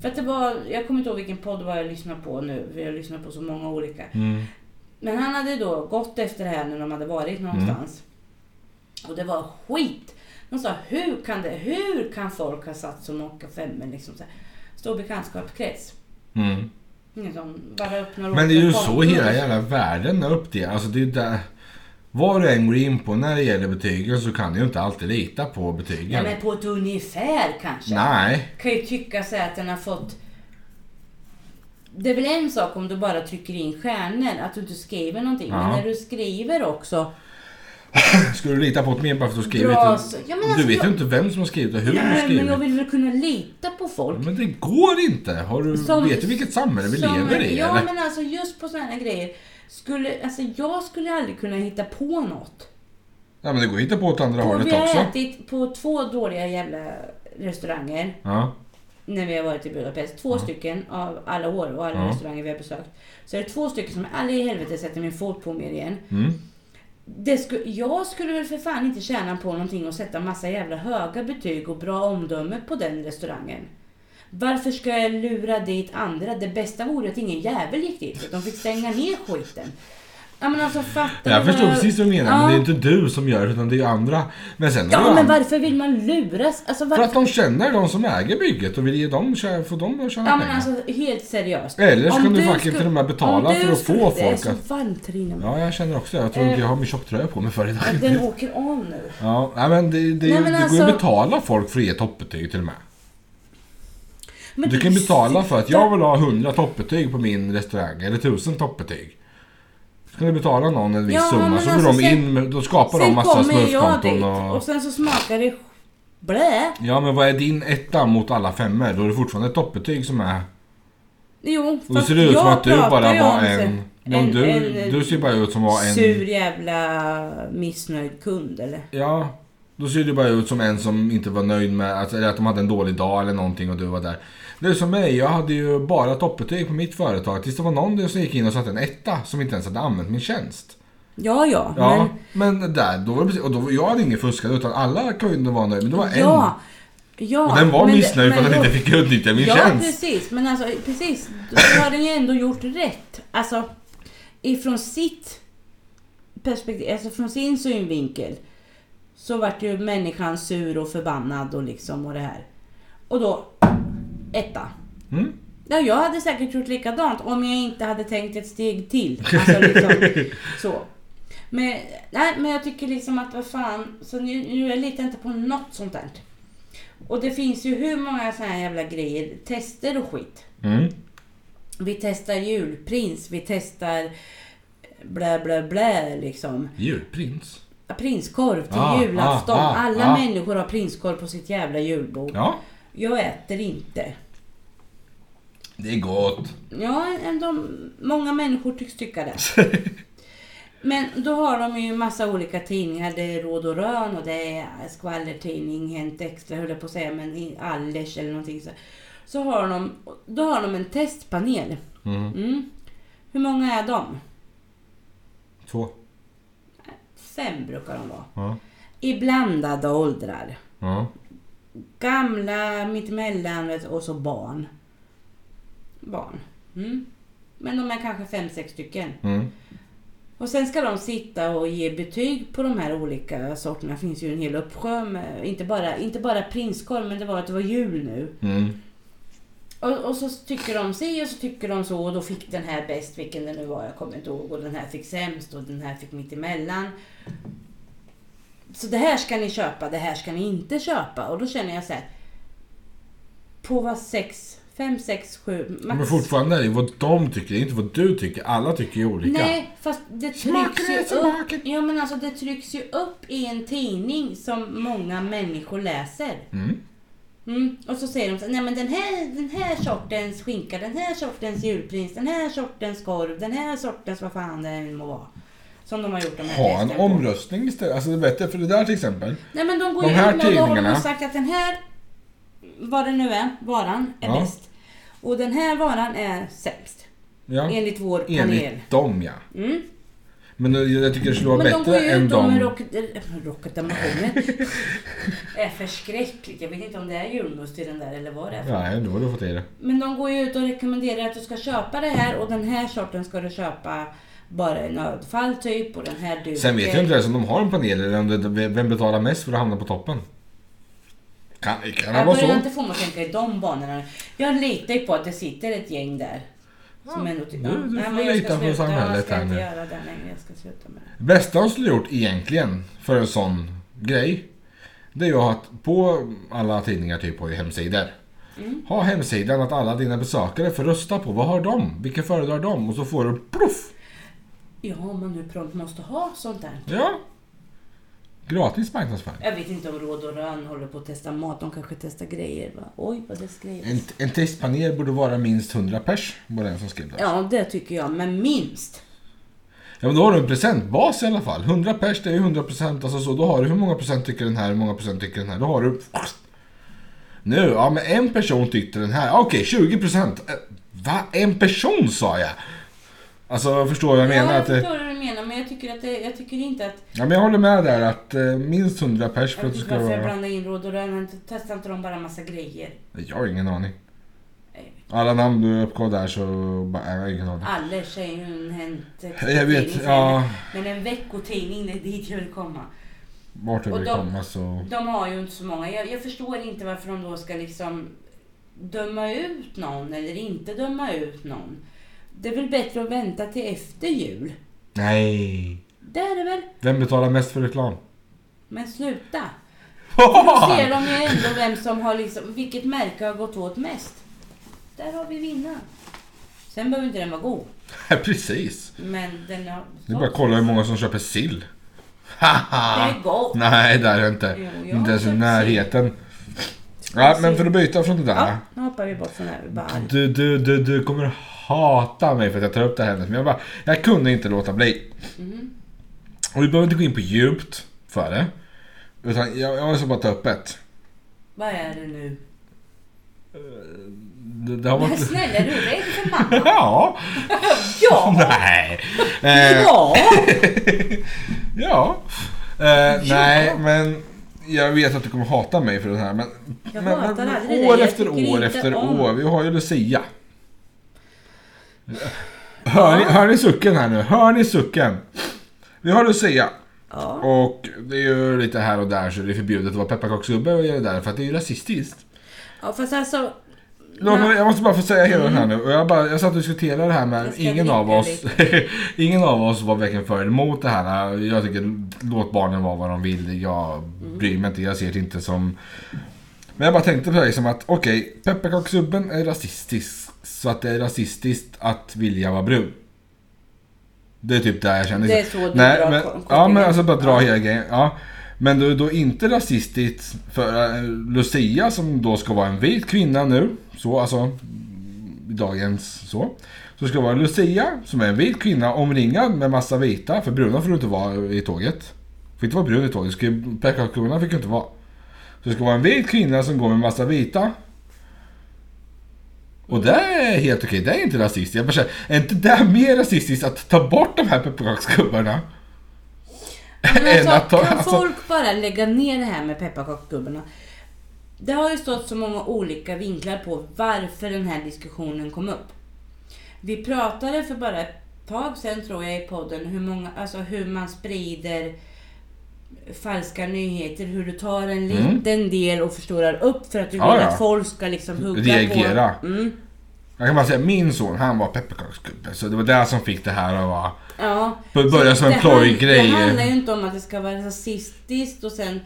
Speaker 2: För att det var, jag kommer inte ihåg vilken podd det var jag lyssnade på nu. För jag lyssnar på så många olika.
Speaker 1: Mm.
Speaker 2: Men han hade då gått efter det här när de hade varit någonstans. Och det var skit. De sa, hur kan det, hur kan folk ha satt så många femmor liksom så här. Stor bekantskapskrets.
Speaker 1: Mm.
Speaker 2: Liksom, bara öppnar
Speaker 1: Men det är ju
Speaker 2: olika
Speaker 1: så
Speaker 2: konton.
Speaker 1: hela jävla världen är uppdelad. Alltså det är ju där... Vad du än går in på när det gäller betygen så kan du ju inte alltid lita på
Speaker 2: Ja,
Speaker 1: betygen.
Speaker 2: men på ett ungefär kanske.
Speaker 1: Nej.
Speaker 2: kan ju tycka sig att den har fått... Det är väl en sak om du bara trycker in stjärnor, att du inte skriver någonting. Men
Speaker 1: Ja.
Speaker 2: när du skriver också...
Speaker 1: Ska du lita på ett mer bara för att du skrivit
Speaker 2: Bra,
Speaker 1: en-
Speaker 2: så- ja, men alltså
Speaker 1: Du vet ju
Speaker 2: jag-
Speaker 1: inte vem som har skrivit och hur de har
Speaker 2: Nej, men
Speaker 1: skrivit.
Speaker 2: jag vill väl kunna lita på folk.
Speaker 1: Men det går inte! Har du,
Speaker 2: Som-
Speaker 1: vet du vilket samhälle vi
Speaker 2: som-
Speaker 1: lever i
Speaker 2: Ja,
Speaker 1: eller?
Speaker 2: men alltså just på sådana grejer. Skulle, alltså, jag skulle aldrig kunna hitta på något.
Speaker 1: Ja men det går inte på åt andra
Speaker 2: På, vi
Speaker 1: hållet också.
Speaker 2: har ätit på två dåliga jävla restauranger.
Speaker 1: Ja.
Speaker 2: när vi har varit i Budapest. Två stycken av alla år och alla
Speaker 1: Ja.
Speaker 2: restauranger vi har besökt. Så är det två stycken som jag aldrig i helvete sätter min fot på mer igen.
Speaker 1: Mm.
Speaker 2: Det sku, jag skulle väl för fan inte tjäna på någonting och sätta massa jävla höga betyg och bra omdöme på den restaurangen. Varför ska jag lura dit andra? Det bästa vore att ingen jävel gick dit. för att De fick stänga ner skiten. Ja men alltså fattar
Speaker 1: Jag
Speaker 2: du vad
Speaker 1: förstår precis vad du menar,
Speaker 2: Ja.
Speaker 1: men det är inte du som gör det utan det är ju andra. Men sen har
Speaker 2: Ja
Speaker 1: du
Speaker 2: men
Speaker 1: andra-
Speaker 2: varför vill man luras? Alltså,
Speaker 1: För
Speaker 2: varför?
Speaker 1: att de känner de som äger bygget och vill ge dem, tjä- få dem att tjäna
Speaker 2: Ja men
Speaker 1: pengar.
Speaker 2: alltså helt seriöst.
Speaker 1: Eller så
Speaker 2: Om
Speaker 1: kan du fucking till och med betala
Speaker 2: om du
Speaker 1: för att
Speaker 2: skulle-
Speaker 1: få
Speaker 2: Det är
Speaker 1: folk
Speaker 2: så
Speaker 1: att-
Speaker 2: varmt här inne.
Speaker 1: Ja, jag känner också det. Jag tror inte
Speaker 2: Eh.
Speaker 1: jag har min tjocktröja på mig för idag.
Speaker 2: Att Den åker av nu.
Speaker 1: Ja, nej, men det, det,
Speaker 2: Nej, men
Speaker 1: det går ju
Speaker 2: alltså-
Speaker 1: att betala folk för att ge toppbetyg till och med.
Speaker 2: Men
Speaker 1: Du kan betala för att
Speaker 2: sitta-
Speaker 1: jag vill ha 100 toppbetyg på min restaurang, eller 1000 toppbetyg. Ska du betala någon en viss
Speaker 2: Ja,
Speaker 1: summa
Speaker 2: men
Speaker 1: så går
Speaker 2: alltså,
Speaker 1: de
Speaker 2: sen-
Speaker 1: in, med- då skapar de
Speaker 2: Sen
Speaker 1: massa
Speaker 2: kommer jag dit
Speaker 1: smurfkonton
Speaker 2: och...
Speaker 1: och...
Speaker 2: sen så smakar det blä.
Speaker 1: Ja men vad är din etta mot alla femmor? Då är det fortfarande ett toppbetyg som är...
Speaker 2: Jo,
Speaker 1: Och det ser ut som
Speaker 2: jag
Speaker 1: att du
Speaker 2: pratar
Speaker 1: bara
Speaker 2: ju
Speaker 1: var
Speaker 2: om så-
Speaker 1: en... Men
Speaker 2: en-
Speaker 1: du,
Speaker 2: en-
Speaker 1: du ser bara ut som var en...
Speaker 2: Sur jävla missnöjd kund eller?
Speaker 1: Ja, då ser du bara ut som en som inte var nöjd med alltså, eller att de hade en dålig dag eller någonting och du var där. Det är som mig, jag hade ju bara toppbetyg på mitt företag tills det var någon som gick in och satte en etta som inte ens hade använt min tjänst.
Speaker 2: Ja, ja.
Speaker 1: Ja,
Speaker 2: men...
Speaker 1: men, där, då var det precis, och då, var- jag hade ingen fuskare utan alla kunder var nöjda, men det var en.
Speaker 2: Ja. Ja,
Speaker 1: och den var
Speaker 2: men-
Speaker 1: missnöjd för
Speaker 2: men
Speaker 1: att den
Speaker 2: då-
Speaker 1: inte fick utnyttja min
Speaker 2: ja,
Speaker 1: tjänst.
Speaker 2: precis. Men alltså, precis. Då har den ju ändå gjort rätt. Alltså, ifrån sitt perspektiv, alltså från sin synvinkel, så vart ju människan sur och förbannad och liksom och det här. Och då, etta.
Speaker 1: Mm.
Speaker 2: Ja, jag hade säkert gjort likadant om jag inte hade tänkt ett steg till. Alltså, liksom, så. Men, nej, men jag tycker liksom att vad fan, så nu, nu jag litar inte på något sånt där. Och det finns ju hur många såna här jävla grejer, tester och skit.
Speaker 1: Mm.
Speaker 2: Vi testar julprins, vi testar blä blä blä liksom.
Speaker 1: Djurprins.
Speaker 2: Prinskorv till
Speaker 1: Ah,
Speaker 2: julafton.
Speaker 1: ah, ah,
Speaker 2: Alla
Speaker 1: ah.
Speaker 2: människor har prinskorv på sitt jävla julbord.
Speaker 1: Ja,
Speaker 2: Jag äter inte.
Speaker 1: det är gott.
Speaker 2: Ja, ändå, många människor tycks tycka det. Men då har de ju massa olika tidningar. Det är Råd och Rön och det är skvallertidning, Hänt Extra höll jag på att säga, men i- Allers eller någonting så. Så har de, då har de en testpanel.
Speaker 1: Mm.
Speaker 2: Mm. Hur många är de?
Speaker 1: Två.
Speaker 2: Fem brukar de vara.
Speaker 1: Ja.
Speaker 2: I blandade åldrar.
Speaker 1: Ja.
Speaker 2: Gamla, mittemellan vet du, och så barn. Barn. Mm. Men de är kanske fem, sex stycken.
Speaker 1: Mm.
Speaker 2: Och sen ska de sitta och ge betyg på de här olika sorterna. Det finns ju en hel uppsjö med, inte bara, inte bara prinskorv, men det var att det var jul nu.
Speaker 1: Mm.
Speaker 2: Och, och så tycker de si och så tycker de så och då fick den här bäst, vilken det nu var, jag kommer inte ihåg. Och den här fick sämst och den här fick mitt emellan. Så det här ska ni köpa, det här ska ni inte köpa. Och då känner jag så här. På vad sex, fem, sex, sju, max.
Speaker 1: Men fortfarande är det ju vad de tycker, inte vad du tycker. Alla tycker ju olika.
Speaker 2: Nej, fast det
Speaker 1: Smaken
Speaker 2: trycks
Speaker 1: är
Speaker 2: ju
Speaker 1: smaken.
Speaker 2: upp. Ja, men alltså det trycks ju upp i en tidning som många människor läser.
Speaker 1: Mm.
Speaker 2: Mm. Och så säger de så här, nej men den här, den här sortens skinka, den här sortens julprins, den här sortens korv, den här sortens vad fan det än må vara. Som de har gjort de här
Speaker 1: Ha en
Speaker 2: testen på.
Speaker 1: omröstning istället. Alltså det är bättre för det där till exempel.
Speaker 2: Nej men de går
Speaker 1: De
Speaker 2: ju
Speaker 1: här
Speaker 2: ut med och då har de
Speaker 1: tidningarna.
Speaker 2: sagt att den här, vad det nu är, varan är
Speaker 1: Ja.
Speaker 2: bäst. Och den här varan är sämst.
Speaker 1: Ja.
Speaker 2: Enligt vår panel.
Speaker 1: Enligt dem ja.
Speaker 2: Mm.
Speaker 1: Men jag jag tycker det skulle vara
Speaker 2: Men de går
Speaker 1: bättre
Speaker 2: ju
Speaker 1: än
Speaker 2: ut om
Speaker 1: de...
Speaker 2: rock, eh, rocketamationer. <laughs> är förskräckligt. Jag vet inte om det är julmust i den där eller vad det är.
Speaker 1: Nej, då har du fått i det.
Speaker 2: Men de går ju ut och rekommenderar att du ska köpa det här och den här sorten ska du köpa bara i nödfall typ och den här duger.
Speaker 1: Sen vet jag inte ens om de har en panel eller om det, vem betalar mest för att hamna på toppen. Kan, kan det
Speaker 2: Jag
Speaker 1: vara så?
Speaker 2: börjar inte få mig att tänka i de banorna. Jag litar ju på att det sitter ett gäng där. Som ändå tycker...
Speaker 1: du- du
Speaker 2: Nej,
Speaker 1: får
Speaker 2: men jag ska
Speaker 1: lita på
Speaker 2: sluta.
Speaker 1: samhället
Speaker 2: Jag ska
Speaker 1: här
Speaker 2: inte
Speaker 1: nu.
Speaker 2: göra det längre. Jag ska sluta med det.
Speaker 1: bästa de skulle gjort egentligen för en sån grej. Det är ju att på alla tidningar typ på hemsidor.
Speaker 2: Mm.
Speaker 1: Ha hemsidan att alla dina besökare får rösta på. Vad har de? Vilka föredrar de? Och så får du proff!
Speaker 2: Ja, om man nu prompt måste ha sånt där.
Speaker 1: Ja. Gratis marknadsföring.
Speaker 2: Jag vet inte om Råd och Rön håller på att testa mat. De kanske testar grejer. Va? Oj, vad det skrivs.
Speaker 1: En, en testpanel borde vara minst 100 pers. Var den som skrev det.
Speaker 2: Ja, det tycker jag. Men minst.
Speaker 1: Ja men då har du en presentbas i alla fall. 100 pers det är ju 100 procent. Alltså så då har du hur många procent tycker den här, hur många procent tycker den här. Då har du... Nu, ja men en person tyckte den här. Okej, 20 procent. Äh, Va? En person sa jag! Alltså förstår vad jag menar?
Speaker 2: ja, jag
Speaker 1: att, det-
Speaker 2: förstår vad du menar. Men jag tycker, att det, jag tycker inte att...
Speaker 1: ja men jag håller med där att eh, minst 100
Speaker 2: Jag
Speaker 1: pers för att
Speaker 2: vet
Speaker 1: det
Speaker 2: inte
Speaker 1: ska
Speaker 2: varför jag
Speaker 1: vara...
Speaker 2: blandar in Råd och Rön. Testar inte de bara massa grejer?
Speaker 1: Jag har ingen aning.
Speaker 2: Nej.
Speaker 1: Alla namn du uppgav där så... bara, Jag har ingen aning.
Speaker 2: Alla tjejer hänt.
Speaker 1: Jag vet, ja.
Speaker 2: Men en veckotidning, det är dit jag vill komma.
Speaker 1: Vart jag
Speaker 2: Och
Speaker 1: vill
Speaker 2: de-
Speaker 1: komma så...
Speaker 2: De har ju inte så många. Jag, jag förstår inte varför de då ska liksom döma ut någon eller inte döma ut någon. Det är väl bättre att vänta till efter jul.
Speaker 1: Nej!
Speaker 2: Det är det väl.
Speaker 1: Vem betalar mest för reklam?
Speaker 2: Men sluta. Då ser
Speaker 1: <laughs>
Speaker 2: de ju ändå vem som har liksom, vilket märke har gått åt mest. Där har vi vinnaren. Sen behöver inte den vara god.
Speaker 1: Precis!
Speaker 2: Men den har...
Speaker 1: Det är bara att kolla hur många som köper sill. Haha!
Speaker 2: Den är god.
Speaker 1: Nej, det är det inte.
Speaker 2: Jo, jag
Speaker 1: inte ens i
Speaker 2: köper
Speaker 1: närheten. Ja, men för att byta från det där.
Speaker 2: Ja, nu hoppar vi bort från det här. Vi bara arg.
Speaker 1: Du, du, du, du kommer hata mig för att jag tar upp det här ämnet. Men jag, bara, jag kunde inte låta bli.
Speaker 2: Mhm.
Speaker 1: Och vi behöver inte gå in på djupt för det. Utan jag, jag måste bara ta upp ett. Eh,
Speaker 2: Vad är det nu?
Speaker 1: Det, det har
Speaker 2: Men
Speaker 1: varit...
Speaker 2: snälla, är du rädd för mamma?
Speaker 1: <laughs> Ja!
Speaker 2: Ja!
Speaker 1: <laughs> Nej! Eh,
Speaker 2: Ja!
Speaker 1: <laughs> Ja. Eh, nej, men jag vet att du kommer hata mig för den här. Men,
Speaker 2: Jag
Speaker 1: men,
Speaker 2: hatar
Speaker 1: men,
Speaker 2: aldrig dig.
Speaker 1: år
Speaker 2: Jag
Speaker 1: efter
Speaker 2: tycker
Speaker 1: år
Speaker 2: inte
Speaker 1: efter
Speaker 2: om-
Speaker 1: år. Vi har ju Lucia. Hör ni, hör ni sucken här nu? Hör ni sucken? Vi har Lucia.
Speaker 2: ja.
Speaker 1: Och det är ju lite här och där så det är förbjudet att vara pepparkaksgubbe och göra det där för att det är ju rasistiskt.
Speaker 2: Ja, fast alltså...
Speaker 1: Låt mig, jag måste bara få säga hela den här nu. Och jag, bara, jag satt och diskuterade det här med
Speaker 2: Jag ska
Speaker 1: ingen av,
Speaker 2: dricka
Speaker 1: oss, <laughs> ingen av oss var varken för eller emot det här. Jag tycker låt barnen vara vad de vill. Jag bryr mig inte. Jag ser det inte som... Men jag bara tänkte på det liksom att okej, pepparkaksgubben är rasistisk. Så att det är rasistiskt att vilja vara brun. Det är typ där jag känner.
Speaker 2: Det är så du
Speaker 1: Nej,
Speaker 2: drar
Speaker 1: men,
Speaker 2: kon-
Speaker 1: Ja, men
Speaker 2: kopplingen.
Speaker 1: alltså bara dra
Speaker 2: Ja.
Speaker 1: hela grejen. Ja. Men det är då inte rasistiskt för eh, Lucia som då ska vara en vit kvinna nu. Så alltså mm, i dagens så. Så ska det vara Lucia som är en vit kvinna omringad med massa vita. För bruna får du inte vara i tåget. Får inte vara brun i tåget. Ska ju- Pekkakorna fick ju inte vara. Så det ska vara en vit kvinna som går med massa vita. Och det är helt okej, det är inte rasistiskt. Jag bara känner, är inte det mer rasistiskt att ta bort de här pepparkaksgubbarna?
Speaker 2: Men
Speaker 1: Än att
Speaker 2: alltså,
Speaker 1: ta-
Speaker 2: kan
Speaker 1: alltså-
Speaker 2: folk bara lägga ner det här med pepparkaksgubbarna? Det har ju stått så många olika vinklar på varför den här diskussionen kom upp. Vi pratade för bara ett tag sedan tror jag i podden hur, många, alltså hur man sprider falska nyheter, hur du tar en
Speaker 1: Mm.
Speaker 2: liten del och förstorar upp för att du
Speaker 1: Ja,
Speaker 2: vill
Speaker 1: ja.
Speaker 2: att folk ska liksom hugga
Speaker 1: Reagera.
Speaker 2: på. Mm.
Speaker 1: Jag kan bara säga, min son han var pepparkaksgubbe. Så det var det som fick det här att vara...
Speaker 2: Ja.
Speaker 1: Bör- börja som en
Speaker 2: Det hand-
Speaker 1: plojgrej.
Speaker 2: Det handlar ju inte om att det ska vara rasistiskt och sen...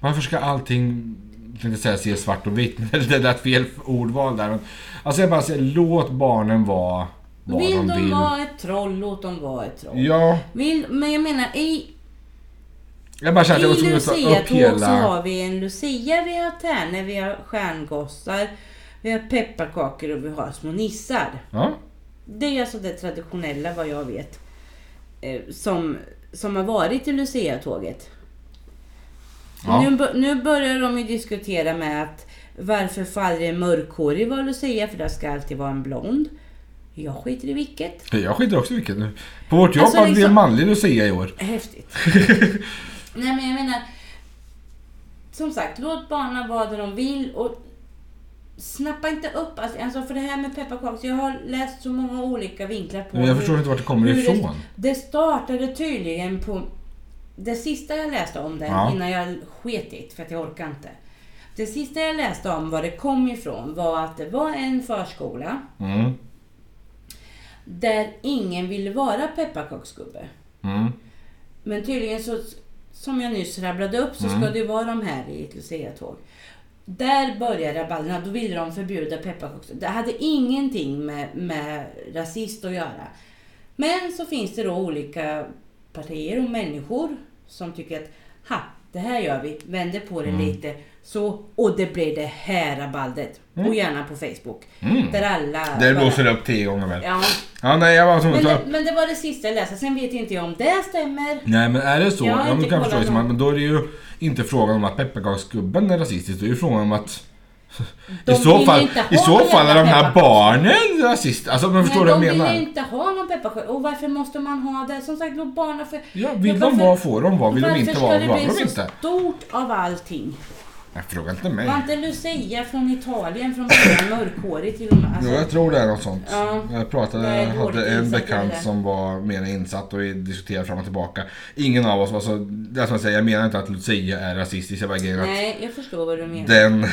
Speaker 1: Varför ska allting, jag tänkte säga se svart och vitt, <laughs> men det lät fel ordval där. Men, alltså jag bara säger, låt barnen vara vad
Speaker 2: Vill
Speaker 1: de
Speaker 2: de
Speaker 1: vill.
Speaker 2: vara ett troll, låt dem vara ett troll.
Speaker 1: Ja,
Speaker 2: Vill, men jag menar i,
Speaker 1: jag bara kände
Speaker 2: i
Speaker 1: att jag var tvungen att ta upp
Speaker 2: Lucia-tåg så
Speaker 1: hela...
Speaker 2: har vi en Lucia, vi har tärnor, vi har stjärngossar, vi har pepparkakor och vi har små nissar.
Speaker 1: Ja,
Speaker 2: Det är alltså det traditionella vad jag vet. eh, Som, som har varit i Lucia-tåget.
Speaker 1: Ja.
Speaker 2: Nu, bör- nu börjar de ju diskutera med att varför får aldrig en mörkhårig vara Lucia? För det ska alltid vara en blond. Jag skiter i vilket.
Speaker 1: Jag skiter också i vilket nu. På vårt jobb
Speaker 2: Alltså,
Speaker 1: hade vi en
Speaker 2: liksom-
Speaker 1: manlig lucia
Speaker 2: <laughs>
Speaker 1: i år.
Speaker 2: Häftigt. Nej men jag menar. Som sagt, låt barnen vara där de vill och snappa inte upp. Alltså, alltså för det här med pepparkakor, jag har läst så många olika vinklar på
Speaker 1: Men jag
Speaker 2: hur-
Speaker 1: förstår inte vart det kommer
Speaker 2: hur
Speaker 1: ifrån.
Speaker 2: Det, det startade tydligen på... Det sista jag läste om det,
Speaker 1: Ja.
Speaker 2: innan jag sket i det, för att jag orkar inte. Det sista jag läste om var det kom ifrån var att det var en förskola
Speaker 1: Mm.
Speaker 2: där ingen ville vara pepparkaksgubbe.
Speaker 1: Mm.
Speaker 2: Men tydligen så, som jag nyss rabblade upp, så
Speaker 1: Mm.
Speaker 2: ska det ju vara de här i ett Lucia-tåg. Där började rabalderna, då ville de förbjuda pepparkakor. Det hade ingenting med, med rasist att göra. Men så finns det då olika partier och människor som tycker att ha, det här gör vi, vänder på
Speaker 1: Mm.
Speaker 2: det lite så, och det blir det här rabaldet. Och gärna på Facebook.
Speaker 1: Mm.
Speaker 2: Där alla...
Speaker 1: Det
Speaker 2: bara-
Speaker 1: blåser upp tio gånger väl.
Speaker 2: Ja,
Speaker 1: Ja, nej, jag var tvungen
Speaker 2: men
Speaker 1: att ta upp
Speaker 2: det, men det var det sista jag läste. Sen vet inte jag om det stämmer.
Speaker 1: Nej men är det så,
Speaker 2: Jag har
Speaker 1: ja, men
Speaker 2: inte
Speaker 1: då kan jag förstå
Speaker 2: kollat
Speaker 1: det som
Speaker 2: någon-
Speaker 1: att, men då är det ju inte frågan om att pepparkaksgubben är rasistisk, då är det ju frågan om att
Speaker 2: De
Speaker 1: i så
Speaker 2: vill
Speaker 1: fall,
Speaker 2: inte ha
Speaker 1: i så
Speaker 2: jävla
Speaker 1: fall är de här
Speaker 2: pepparkakor.
Speaker 1: barnen rasister. Alltså om jag förstår
Speaker 2: Nej,
Speaker 1: vad
Speaker 2: de
Speaker 1: jag menar.
Speaker 2: vill inte ha någon pepparkaka. Och varför måste man ha det? Som sagt, låt barnen... För...
Speaker 1: Ja,
Speaker 2: Men
Speaker 1: vill de
Speaker 2: varför-
Speaker 1: vara får de vara, vill de inte
Speaker 2: varför
Speaker 1: vara
Speaker 2: ska
Speaker 1: vara
Speaker 2: det
Speaker 1: de
Speaker 2: bli så
Speaker 1: inte.
Speaker 2: stort av allting?
Speaker 1: Nej, fråga inte mig.
Speaker 2: Var inte Lucia från Italien från början mörkhårig till och med?
Speaker 1: Jo,
Speaker 2: Alltså,
Speaker 1: jag tror det är något sånt.
Speaker 2: Ja.
Speaker 1: Jag pratade,
Speaker 2: Jag är dåligt
Speaker 1: hade en
Speaker 2: insatt i
Speaker 1: bekant
Speaker 2: det där.
Speaker 1: som var mer insatt och vi diskuterade fram och tillbaka. Ingen av oss var så, det är som jag säger, jag menar inte att Lucia är rasistisk, jag bara grejen att
Speaker 2: Nej, jag förstår vad du menar.
Speaker 1: Den...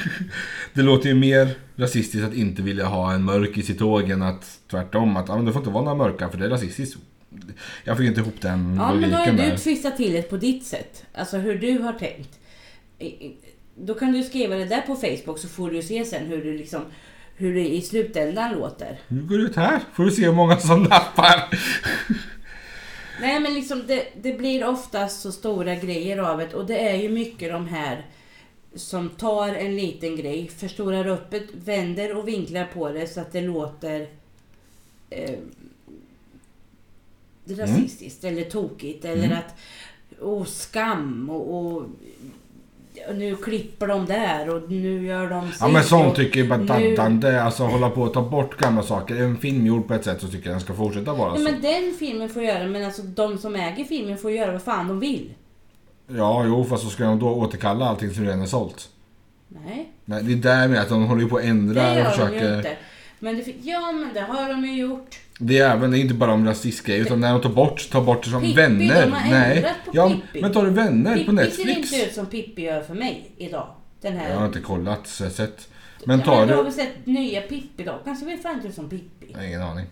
Speaker 1: <laughs> det låter ju mer rasistiskt att inte vilja ha en mörkis i tåg än att tvärtom att ah, men det får inte vara några mörka för det är rasistiskt. Jag fick inte ihop den
Speaker 2: Ja, men då har
Speaker 1: logiken
Speaker 2: ju
Speaker 1: där.
Speaker 2: du twistat till det på ditt sätt. Alltså hur du har tänkt. I- i- Då kan du skriva det där på Facebook så får du se sen hur du liksom hur det i slutändan låter.
Speaker 1: Nu går du ut här, får du se hur många som <laughs> nappar.
Speaker 2: Nej men liksom det, det blir oftast så stora grejer av det och det är ju mycket de här som tar en liten grej, förstorar upp det, vänder och vinklar på det så att det låter eh, rasistiskt eller tokigt eller
Speaker 1: Mm.
Speaker 2: att oh, skam och, och nu klipper de där och nu gör de
Speaker 1: Ja men
Speaker 2: si
Speaker 1: sånt
Speaker 2: och
Speaker 1: tycker jag bara
Speaker 2: nu-
Speaker 1: daddande, alltså hålla på och ta bort gamla saker. En film gjord på ett sätt så tycker jag alltså. den ska fortsätta vara
Speaker 2: Nej,
Speaker 1: så.
Speaker 2: men den filmen får göra, men alltså de som äger filmen får göra vad fan de vill.
Speaker 1: Ja jo fast så ska de då återkalla allting som redan är sålt.
Speaker 2: Nej.
Speaker 1: Nej, det är där med att de håller ju på att ändra
Speaker 2: Det
Speaker 1: och
Speaker 2: gör de
Speaker 1: försöker.
Speaker 2: ju inte. Men det, fin- ja, men det har de ju gjort.
Speaker 1: Det är även, det är inte bara om rasistgrejer utan när de tar bort, tar bort det som
Speaker 2: Pippi,
Speaker 1: vänner.
Speaker 2: de har ändrat på
Speaker 1: ja,
Speaker 2: Pippi.
Speaker 1: men tar du vänner på
Speaker 2: Pippi ser
Speaker 1: Netflix?
Speaker 2: inte ut som Pippi gör för mig idag. Den här.
Speaker 1: Jag har inte kollat så jag har sett.
Speaker 2: Ja,
Speaker 1: Men tar
Speaker 2: du har
Speaker 1: du...
Speaker 2: väl sett nya Pippi då? Kanske vi fan inte ut som Pippi.
Speaker 1: Jag har ingen aning.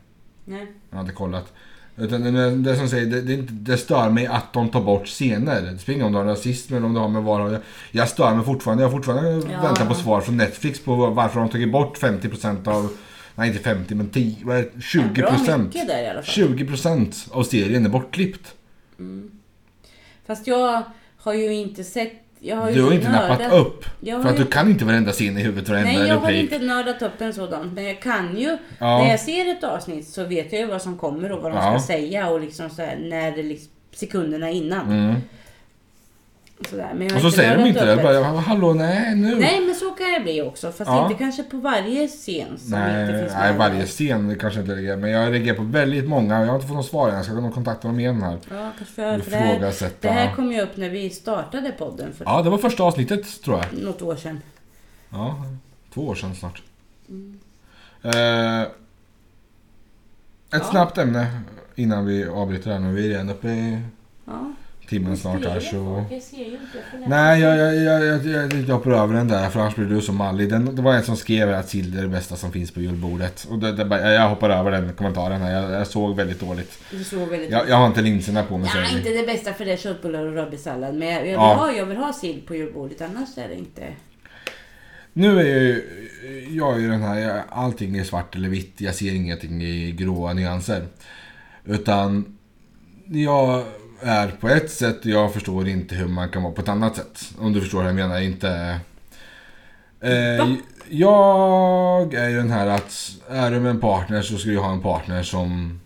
Speaker 2: Nej.
Speaker 1: Jag har inte kollat. Utan det- det, det som säger, det, det, är inte- det stör mig att de tar bort scener. Det spelar ingen roll om de är rasism eller om de har med var jag, jag stör mig fortfarande. Jag har fortfarande
Speaker 2: Ja.
Speaker 1: väntat på svar från Netflix på varför de tagit bort 50% av... Nej inte 50 men 10, vad är det?
Speaker 2: Ja, Bra
Speaker 1: 20%?
Speaker 2: mycket där alltså. i alla fall.
Speaker 1: 20% av serien är bortklippt.
Speaker 2: Fast jag har ju inte sett... Jag har ju
Speaker 1: Du har inte
Speaker 2: nördat-
Speaker 1: nappat upp.
Speaker 2: Jag
Speaker 1: För
Speaker 2: har
Speaker 1: att
Speaker 2: ju,
Speaker 1: du kan inte varenda scen i huvudet, varenda
Speaker 2: nej, jag har
Speaker 1: replik.
Speaker 2: inte nördat upp en sådan. Men jag kan ju.
Speaker 1: Ja.
Speaker 2: När jag ser ett avsnitt så vet jag ju vad som kommer och vad de
Speaker 1: Ja.
Speaker 2: ska säga. Och liksom så här, när det liksom, sekunderna innan.
Speaker 1: Mm.
Speaker 2: Sådär. Men jag har
Speaker 1: Och så säger de
Speaker 2: nördat
Speaker 1: inte
Speaker 2: upp
Speaker 1: det.
Speaker 2: ett-
Speaker 1: Bara, Hallå, nej nu.
Speaker 2: Nej, men så kan jag bli också. Fast
Speaker 1: Ja.
Speaker 2: inte kanske på varje scen som
Speaker 1: Nej,
Speaker 2: inte finns med.
Speaker 1: nej, varje scen kanske inte reagerar. Men jag reagerar på väldigt många. Jag har inte fått någon svar än. Jag ska nog kontakta dem igen här.
Speaker 2: Ja, kanske får jag höra, för det här, det
Speaker 1: Ifrågasätta.
Speaker 2: här kom ju upp när vi startade podden för
Speaker 1: Ja, det var första avsnittet tror jag.
Speaker 2: något år sedan.
Speaker 1: Ja, två år sedan snart.
Speaker 2: Mm.
Speaker 1: Eh, ett
Speaker 2: Ja.
Speaker 1: snabbt ämne innan vi avbryter här nu. Vi är redan uppe i
Speaker 2: Ja.
Speaker 1: timmen snart här så...
Speaker 2: Jag ser ju inte. för det.
Speaker 1: Nej, jag, jag, jag, jag, jag, jag hoppar över den där för annars blir du som Malli. Den, det var en som skrev att sill är det bästa som finns på julbordet. Och det, det, bara- jag hoppar över den kommentaren här. Jag, jag såg väldigt dåligt.
Speaker 2: Du såg väldigt...
Speaker 1: Jag, jag har inte linserna på mig
Speaker 2: Nej,
Speaker 1: säger
Speaker 2: inte
Speaker 1: vi.
Speaker 2: det bästa för det är köttbullar och rödbetssallad. Men jag, jag, vill
Speaker 1: Ja.
Speaker 2: ha, jag vill ha sill på julbordet, annars är det inte...
Speaker 1: Nu är jag ju jag är ju den här, jag, allting är svart eller vitt. Jag ser ingenting i gråa nyanser. Utan jag är på ett sätt och jag förstår inte hur man kan vara på ett annat sätt. Om du förstår vad jag menar. Inte... Eh,
Speaker 2: Va?
Speaker 1: jag är ju den här att är du med en partner så ska du ha en partner som...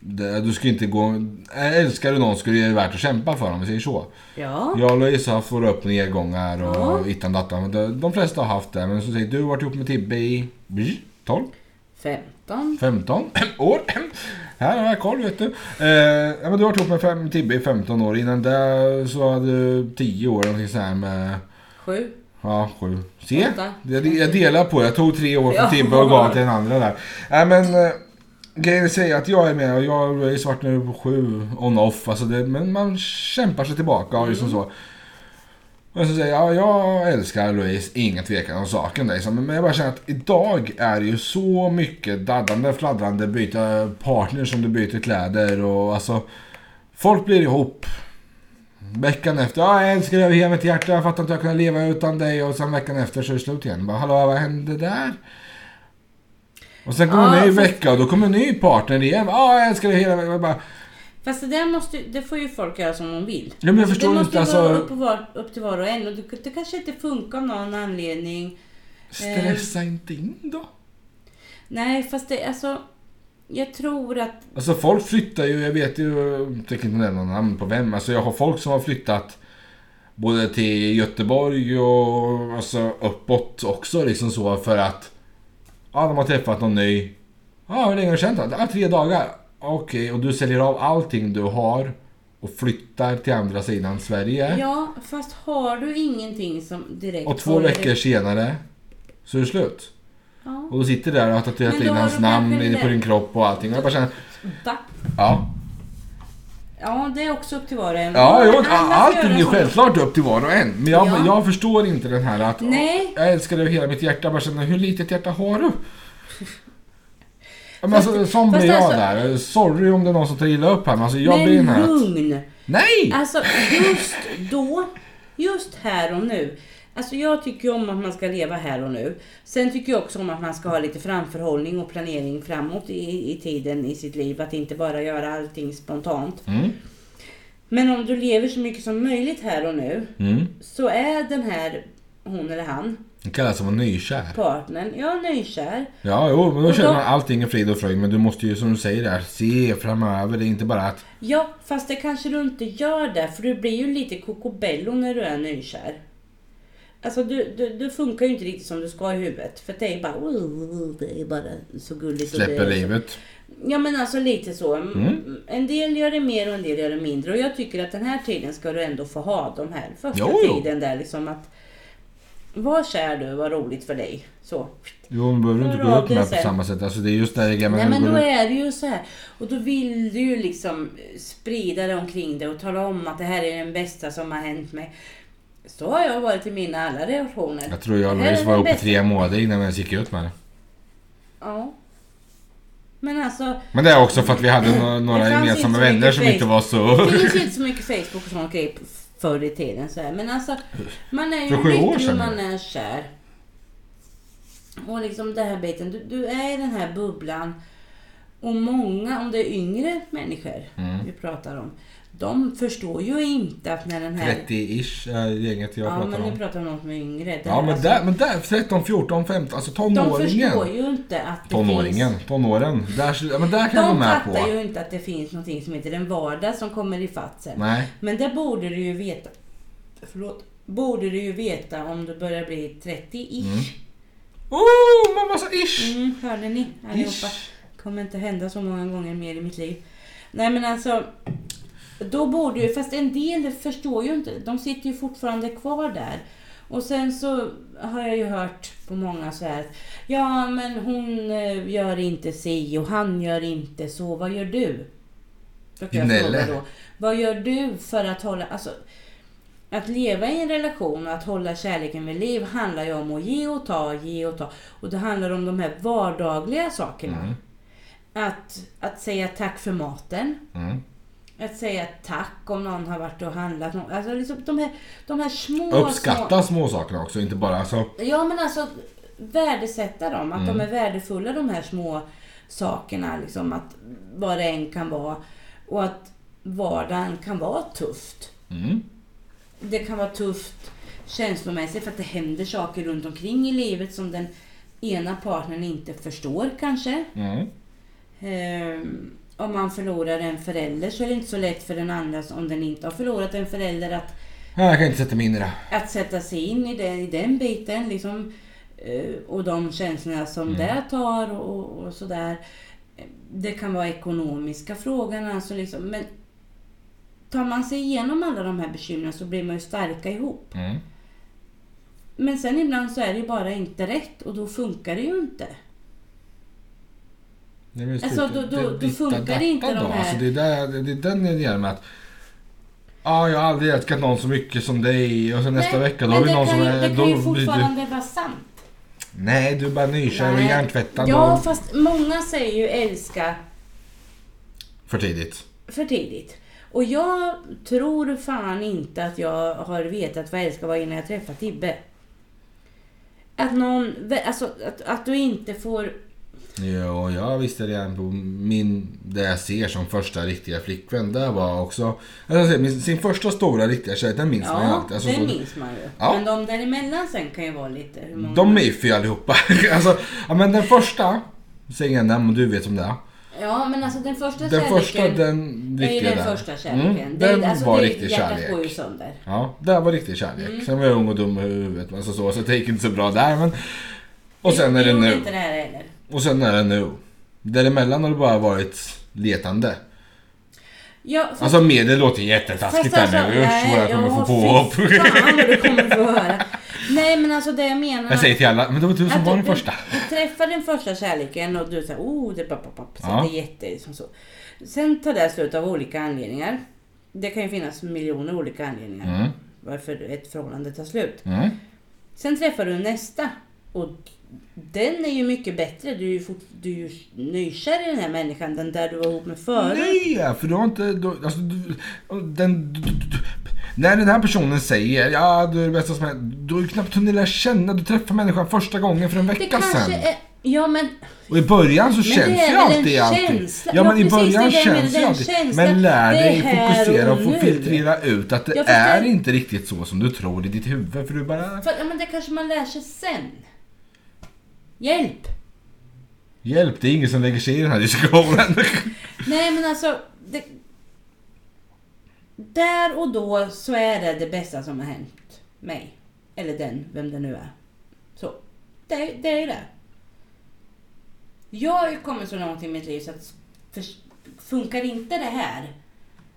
Speaker 1: det- Du ska inte gå... Älskar du någon ska det vara värt att kämpa för om vi säger så.
Speaker 2: Ja.
Speaker 1: Jag och Louise har haft våra upp och nedgångar och
Speaker 2: Ja.
Speaker 1: ja. ittan dattan. De, de flesta har haft det. Men som sagt, du har varit ihop med Tibbe i bzz, 12?
Speaker 2: 15. <clears throat>
Speaker 1: 15 år. Här har jag koll vet du. Eh, ja, men du har varit ihop med fem, Tibbe i 15 år. Innan det så hade du 10 år någonting så här med...
Speaker 2: 7.
Speaker 1: Ja, sju. Se!
Speaker 2: Åtta.
Speaker 1: Jag, jag delar på det. Jag tog tre år
Speaker 2: Ja.
Speaker 1: för Tibbe och gav till den andra där. Nej men... eh, Grejen är att säga att jag är med och jag är ju svart nu på sju on-off. Alltså det, men man kämpar sig tillbaka och liksom så. Men så säger jag, ja, jag älskar Louise, ingen tvekan om saken. Där, liksom. Men jag bara känner att idag är det ju så mycket daddande, fladdrande, byta partner som du byter kläder och alltså. Folk blir ihop. Veckan efter, ja, jag älskar dig över hela mitt hjärta, jag fattar inte hur jag kan leva utan dig. Och sen veckan efter så är det slut igen. Bara, hallå, vad hände där? Och sen
Speaker 2: Ja,
Speaker 1: kommer en ny
Speaker 2: fast-
Speaker 1: vecka och då kommer en ny partner igen. Ja, jag älskar dig hela veckan. Jag bara,
Speaker 2: Fast det där måste, ju- det får ju folk göra som de vill.
Speaker 1: Ja, men jag
Speaker 2: Så
Speaker 1: förstår
Speaker 2: det
Speaker 1: inte,
Speaker 2: måste ju
Speaker 1: alltså-
Speaker 2: vara upp, och var, upp till var och en. Och det, det kanske inte funkar av någon anledning. Eh.
Speaker 1: Stressa inte in då.
Speaker 2: Nej, fast det, alltså... Jag tror att...
Speaker 1: Alltså folk flyttar ju, jag vet ju, jag tänker inte nämna några namn på vem, alltså jag har folk som har flyttat både till Göteborg och alltså uppåt också liksom så för att ja, de har träffat någon ny. Ja, hur länge har du känt honom? Ja, tre dagar. Okej, och du säljer av allting du har och flyttar till andra sidan Sverige.
Speaker 2: Ja, fast har du ingenting som direkt...
Speaker 1: och två
Speaker 2: får dig-
Speaker 1: veckor senare så är det slut.
Speaker 2: Ja.
Speaker 1: Och då sitter du där och har
Speaker 2: Men
Speaker 1: tatuerat
Speaker 2: då
Speaker 1: in
Speaker 2: har
Speaker 1: hans
Speaker 2: du
Speaker 1: namn
Speaker 2: kanske
Speaker 1: i- på
Speaker 2: det-
Speaker 1: din kropp och allting. Och jag bara känner,
Speaker 2: Va?
Speaker 1: ja.
Speaker 2: Ja, det är också upp till var och en.
Speaker 1: Ja, jo,
Speaker 2: Alla får göra
Speaker 1: allting är
Speaker 2: som-
Speaker 1: självklart upp till var och en. Men jag,
Speaker 2: Ja.
Speaker 1: jag förstår inte den här att
Speaker 2: Nej.
Speaker 1: jag älskar dig av hela mitt hjärta. Jag bara känner, hur litet hjärta har du? Ja, Men alltså, sån
Speaker 2: fast
Speaker 1: blir jag
Speaker 2: alltså-
Speaker 1: där. Sorry om det är någon som tar illa upp här, men alltså jag blir den
Speaker 2: Men
Speaker 1: här att...
Speaker 2: lugn!
Speaker 1: Nej!
Speaker 2: Alltså just då, just här och nu. Alltså jag tycker ju om att man ska leva här och nu. Sen tycker jag också om att man ska ha lite framförhållning och planering framåt i, i tiden i sitt liv. Att inte bara göra allting spontant.
Speaker 1: Mm,
Speaker 2: Men om du lever så mycket som möjligt här och nu
Speaker 1: mm.
Speaker 2: så är den här hon eller han,
Speaker 1: Det kallas som att vara nykär.
Speaker 2: partnern, ja nykär.
Speaker 1: Ja, jo, men då
Speaker 2: Och
Speaker 1: känner
Speaker 2: då-
Speaker 1: man allting i frid och fröjd. Men du måste ju, som du säger där, se framöver. Det är inte bara att...
Speaker 2: Ja, fast det kanske du inte gör där, för du blir ju lite kokobello när du är nykär. Alltså du, du, du funkar ju inte riktigt som du ska i huvudet. För det är bara, "Ooh, det är bara så gulligt. och det
Speaker 1: Släpper
Speaker 2: är så-"
Speaker 1: livet. Mm.
Speaker 2: Ja men alltså lite så. En del gör det mer och en del gör det mindre. Och jag tycker att den här tiden ska du ändå få ha. De här första
Speaker 1: Jo, jo.
Speaker 2: tiden där liksom att. Var kär du, vad roligt för dig. Så.
Speaker 1: Jo, men behöver du inte
Speaker 2: Hör
Speaker 1: gå
Speaker 2: av
Speaker 1: upp
Speaker 2: dig
Speaker 1: med på
Speaker 2: sen.
Speaker 1: samma sätt. Alltså det är just det här gamla...
Speaker 2: Nej men
Speaker 1: går
Speaker 2: då
Speaker 1: ut-
Speaker 2: är det ju så här. Och då vill du ju liksom sprida det omkring dig och tala om att det här är den bästa som har hänt mig. Så har jag varit i mina alla relationer.
Speaker 1: Jag tror jag och
Speaker 2: Det här är
Speaker 1: Louise var
Speaker 2: den
Speaker 1: ihop i
Speaker 2: bästa.
Speaker 1: tre månader innan vi ens gick ut med det.
Speaker 2: Ja. Men alltså,
Speaker 1: Men det är också för att vi hade no- några
Speaker 2: fanns
Speaker 1: gemensamma
Speaker 2: inte så
Speaker 1: vänner
Speaker 2: mycket
Speaker 1: som inte
Speaker 2: face.
Speaker 1: var så...
Speaker 2: det finns
Speaker 1: <laughs>
Speaker 2: ju inte så mycket Facebook och sånt grejer förr i tiden så här. Men alltså, man är ju
Speaker 1: För sju år
Speaker 2: lycklig
Speaker 1: sedan
Speaker 2: och man är kär. Och liksom den här biten, du, du är i den här bubblan. Och många, om det är yngre människor
Speaker 1: Mm.
Speaker 2: vi pratar om, de förstår ju inte att när den här...
Speaker 1: 30-ish är eh, gänget jag
Speaker 2: Ja,
Speaker 1: pratar
Speaker 2: men nu
Speaker 1: om.
Speaker 2: pratar vi om något med yngre. Det
Speaker 1: Ja
Speaker 2: här,
Speaker 1: men
Speaker 2: alltså,
Speaker 1: där, men där, 13, 14, 15, alltså
Speaker 2: de förstår
Speaker 1: tonåringen.
Speaker 2: ju inte att det
Speaker 1: Tonåringen,
Speaker 2: finns...
Speaker 1: tonåren. Där, ja, men där kan jag
Speaker 2: De
Speaker 1: vara med
Speaker 2: fattar
Speaker 1: på.
Speaker 2: ju inte att det finns någonting som heter en vardag som kommer i fatt sen.
Speaker 1: Nej.
Speaker 2: Men det borde du ju veta. Förlåt. Borde du ju veta om du börjar bli 30-ish.
Speaker 1: Oh, mamma sa ish!
Speaker 2: Mm, hörde ni allihopa?
Speaker 1: Ish.
Speaker 2: Kommer inte hända så många gånger mer i mitt liv. Nej men alltså. Då borde ju, fast en del förstår ju inte. De sitter ju fortfarande kvar där. Och sen så har jag ju hört på många så här. att, Ja men hon eh, gör inte si och han gör inte så. Vad gör du? Brukar jag
Speaker 1: Gnäller.
Speaker 2: fråga då. Vad gör du för att hålla, alltså. Att leva i en relation och att hålla kärleken vid liv handlar ju om att ge och ta, ge och ta. Och det handlar om de här vardagliga sakerna.
Speaker 1: Mm,
Speaker 2: Att, att säga tack för maten.
Speaker 1: mm.
Speaker 2: Att säga tack om någon har varit och handlat. nå- Alltså liksom de här, de här små...
Speaker 1: Uppskatta småsakerna också, inte bara alltså...
Speaker 2: Små, ja men alltså värdesätta dem. Att de är värdefulla de här små sakerna. Liksom att vad det än kan vara. Och att vardagen kan vara tufft.
Speaker 1: Mm.
Speaker 2: Det kan vara tufft känslomässigt för att det händer saker runt omkring i livet som den ena partnern inte förstår kanske.
Speaker 1: Mm.
Speaker 2: Ehm, om man förlorar en förälder så är det inte så lätt för den andra om den inte har förlorat en förälder att,
Speaker 1: Nej, Jag kan inte sätta mig in i det.
Speaker 2: att sätta sig in i, det, i den biten. Liksom, eh, och de känslorna som
Speaker 1: Mm.
Speaker 2: det tar och, och sådär. Det kan vara ekonomiska frågan alltså liksom. Men tar man sig igenom alla de här bekymren så blir man ju starka ihop.
Speaker 1: Mm.
Speaker 2: Men sen ibland så är det ju bara inte rätt och då funkar det ju inte.
Speaker 1: Nej, men
Speaker 2: Alltså,
Speaker 1: sluta.
Speaker 2: då- då- då
Speaker 1: ditta
Speaker 2: funkar
Speaker 1: datta
Speaker 2: inte de
Speaker 1: då.
Speaker 2: här-
Speaker 1: Alltså, det, är där, det, det är den jag ger med att Ja, jag har aldrig älskat någon så mycket som dig och sen nästa
Speaker 2: Nej,
Speaker 1: vecka då
Speaker 2: men
Speaker 1: har vi
Speaker 2: det
Speaker 1: någon
Speaker 2: kan
Speaker 1: som
Speaker 2: ju,
Speaker 1: är...
Speaker 2: Det kan ju
Speaker 1: då blir du,
Speaker 2: fortfarande vara sant.
Speaker 1: nej, du är bara nykär och
Speaker 2: Nej.
Speaker 1: hjärntvättad
Speaker 2: Ja,
Speaker 1: och
Speaker 2: fast många säger ju älska
Speaker 1: för tidigt.
Speaker 2: för tidigt. Och jag tror fan inte att jag har vetat vad älska var innan jag träffade Tibbe. Att någon, alltså att, att du inte får,
Speaker 1: Jo, jag visste redan på min, det jag ser som första riktiga flickvän, där var också... Alltså, min, sin första stora riktiga kärlek, den minns man ju
Speaker 2: ja
Speaker 1: alltid. Alltså,
Speaker 2: det
Speaker 1: så-
Speaker 2: minns man ju.
Speaker 1: Ja.
Speaker 2: Men de däremellan sen kan ju vara lite, hur många?
Speaker 1: De är ju för allihopa. <laughs> alltså, ja, men den första, säg inga namn, du vet som det är.
Speaker 2: Ja men alltså den första
Speaker 1: Den
Speaker 2: kärleken
Speaker 1: första, den
Speaker 2: är ju
Speaker 1: riktiga
Speaker 2: den
Speaker 1: där.
Speaker 2: första kärleken.
Speaker 1: Mm,
Speaker 2: Det är-
Speaker 1: den
Speaker 2: alltså,
Speaker 1: var
Speaker 2: det är-
Speaker 1: riktig
Speaker 2: hjärtat
Speaker 1: kärlek.
Speaker 2: går ju Mm. sönder.
Speaker 1: Ja, där var riktig kärlek. Sen var jag ung och dum i huvudet, alltså så, så det gick inte så bra där. Men... Och sen är det
Speaker 2: Jag gjorde
Speaker 1: nu.
Speaker 2: inte det här heller.
Speaker 1: Och sen är det nu. Däremellan har det bara varit letande.
Speaker 2: Ja, fast- alltså,
Speaker 1: Alltså med, det låter jättetaskigt där nu. Usch vad jag kommer få påhopp.
Speaker 2: fy fan vad du kommer få höra. Nej men alltså det jag menar.
Speaker 1: Jag säger till alla, men det var du som
Speaker 2: att
Speaker 1: var
Speaker 2: du-
Speaker 1: den första.
Speaker 2: Du träffar den första kärleken och du säger oh det är papp, papp, papp, så
Speaker 1: Ja.
Speaker 2: det är jätte liksom så. Sen tar det slut av olika anledningar. Det kan ju finnas miljoner olika anledningar
Speaker 1: Mm,
Speaker 2: varför ett förhållande tar slut.
Speaker 1: mm,
Speaker 2: Sen träffar du nästa och den är ju mycket bättre. Du är ju, fort, du är ju nykär i den här människan, den där du var ihop med förut.
Speaker 1: Nej, för du har inte... Du, alltså, du, den, du, du, du, när den här personen säger ja du är det bästa som hänt. Du har ju knappt hunnit lära känna, du träffar människan första gången för en
Speaker 2: det
Speaker 1: vecka
Speaker 2: kanske
Speaker 1: sedan.
Speaker 2: är... Ja men
Speaker 1: Och i början så
Speaker 2: Men
Speaker 1: känns
Speaker 2: det är
Speaker 1: ju
Speaker 2: väl
Speaker 1: alltid
Speaker 2: en
Speaker 1: allting.
Speaker 2: känsla.
Speaker 1: Ja men
Speaker 2: Ja,
Speaker 1: i
Speaker 2: precis,
Speaker 1: början
Speaker 2: det är det med
Speaker 1: känns
Speaker 2: den
Speaker 1: ju alltid.
Speaker 2: känslan.
Speaker 1: Men lär
Speaker 2: Det är
Speaker 1: dig
Speaker 2: här
Speaker 1: fokusera
Speaker 2: och
Speaker 1: och få
Speaker 2: nu.
Speaker 1: filtrera ut att det
Speaker 2: Ja, fast
Speaker 1: är
Speaker 2: det-
Speaker 1: inte riktigt så som du tror i ditt huvud. För du bara,
Speaker 2: För, ja, men det kanske man lär sig sen. Hjälp!
Speaker 1: hjälp det är ingen som lägger sig i den
Speaker 2: <laughs>
Speaker 1: här diskussionen.
Speaker 2: Nej men alltså. Det... Där och då så är det det bästa som har hänt mig. Eller den, vem det nu är. Så. Det, det är det. Jag har ju kommit så långt i mitt liv så att förs- funkar inte det här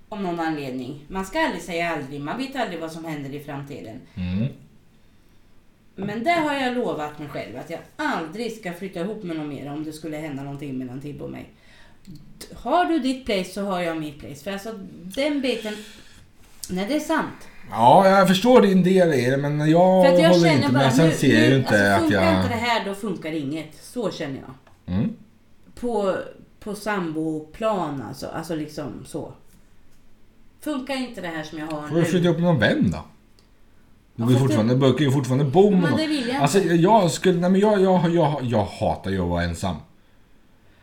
Speaker 2: om någon anledning. Man ska aldrig säga aldrig, man vet aldrig vad som händer i framtiden.
Speaker 1: Mm.
Speaker 2: Men det har jag lovat mig själv att jag aldrig ska flytta ihop med någon mer om det skulle hända någonting mellan Tibbe och mig. D- Har du ditt place så har jag mitt place. För alltså den biten, nej det är sant.
Speaker 1: Ja, jag förstår din del i det men jag,
Speaker 2: För att jag
Speaker 1: håller
Speaker 2: känner
Speaker 1: inte
Speaker 2: bara
Speaker 1: med. Sen
Speaker 2: nu,
Speaker 1: ser jag ju
Speaker 2: nu
Speaker 1: inte
Speaker 2: alltså,
Speaker 1: att
Speaker 2: funkar
Speaker 1: jag...
Speaker 2: inte det här då funkar inget. Så känner jag.
Speaker 1: Mm.
Speaker 2: På, på samboplan alltså, alltså liksom så. Funkar inte det här som jag har
Speaker 1: Får du flytta
Speaker 2: nu.
Speaker 1: upp med någon vän då? Du
Speaker 2: Ja,
Speaker 1: vill
Speaker 2: fast det-
Speaker 1: fortfarande, det... kan ju fortfarande bo med
Speaker 2: Men
Speaker 1: någon.
Speaker 2: det vill jag
Speaker 1: Alltså
Speaker 2: inte.
Speaker 1: jag skulle, nej men jag, jag, jag, jag hatar ju att vara ensam.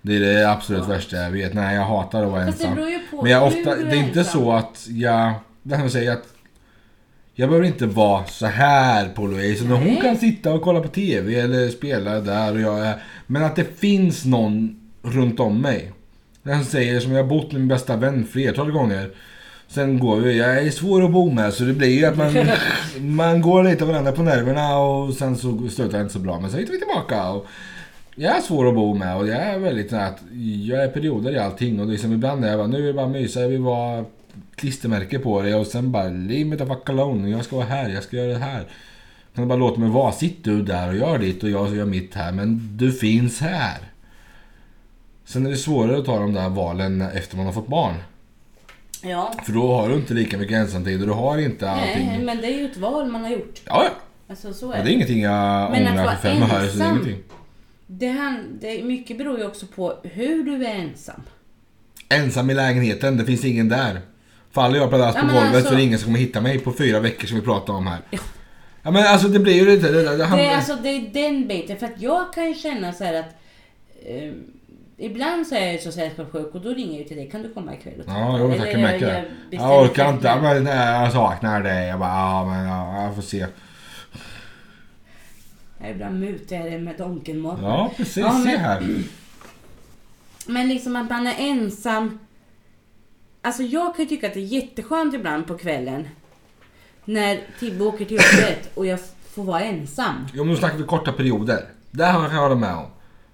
Speaker 1: Det är det absolut
Speaker 2: Ja.
Speaker 1: värsta jag vet. Nej jag hatar att vara
Speaker 2: Fast det
Speaker 1: ensam.
Speaker 2: beror ju på
Speaker 1: Men jag
Speaker 2: hur
Speaker 1: ofta,
Speaker 2: du
Speaker 1: det är inte
Speaker 2: ensam.
Speaker 1: så att jag, det här med att säga att jag behöver inte vara så här på Louise. utan Hon
Speaker 2: Nej.
Speaker 1: kan sitta och kolla på TV eller spela där och jag är. Men att det finns någon runt om mig. Den säger som jag har bott med min bästa vän flertal gånger. Sen går vi, jag är svår att bo med så det blir ju
Speaker 2: <laughs>
Speaker 1: att man, man går lite varandra på nerverna och sen så slutar det inte så bra. Men sen hittar vi tillbaka. Och jag är svår att bo med och jag är väldigt sån här att jag är perioder i allting och liksom ibland är jag bara, nu är det bara mysa, jag vill vara klistermärke på det och sen bara leave me the fuck alone, jag ska vara här, jag ska göra det här. Kan du bara låta mig vara, sitt du där och gör ditt och jag gör mitt här men du finns här. Sen är det svårare att ta de där valen efter man har fått barn.
Speaker 2: Ja.
Speaker 1: För då har du inte lika mycket ensamtid och du har inte allting.
Speaker 2: Nej, men det är ju ett val man har gjort.
Speaker 1: Ja, ja.
Speaker 2: Alltså så är
Speaker 1: Ja, Det är ingenting jag
Speaker 2: Men att
Speaker 1: ångrar
Speaker 2: vara
Speaker 1: för fem öre. så det är
Speaker 2: ensam.
Speaker 1: ingenting.
Speaker 2: Det, han, det, mycket beror ju också på hur du är ensam.
Speaker 1: Ensam i lägenheten, det finns ingen där. Faller jag pladask
Speaker 2: Ja,
Speaker 1: på
Speaker 2: men
Speaker 1: golvet så
Speaker 2: alltså-
Speaker 1: är det ingen som kommer hitta mig på fyra veckor som vi pratade om här. Ja men alltså det blir ju lite... Det, det, det,
Speaker 2: Det är, alltså, det är den biten. För att jag kan ju känna så här att eh, ibland så är jag ju så sällskapssjuk och då ringer jag ju till dig. Kan du komma ikväll? och träffa?"
Speaker 1: ja, jo
Speaker 2: Eller
Speaker 1: tack
Speaker 2: jag-
Speaker 1: mycket. Jag,
Speaker 2: jag bestämmer
Speaker 1: jag orkar
Speaker 2: mig.
Speaker 1: inte. Ja, men, nej, jag saknar dig. Jag bara, ja men ja, jag får se.
Speaker 2: Jag är ibland mutig här med donkenmat.
Speaker 1: Ja precis,
Speaker 2: Ja, men-
Speaker 1: se här.
Speaker 2: Men liksom att man är ensam. Alltså jag kan ju tycka att det är jätteskönt ibland på kvällen. När Tibbe åker till jobbet och jag f- få vara ensam.
Speaker 1: Jo, men nu snackar vi korta perioder. Det här kan jag hålla med om.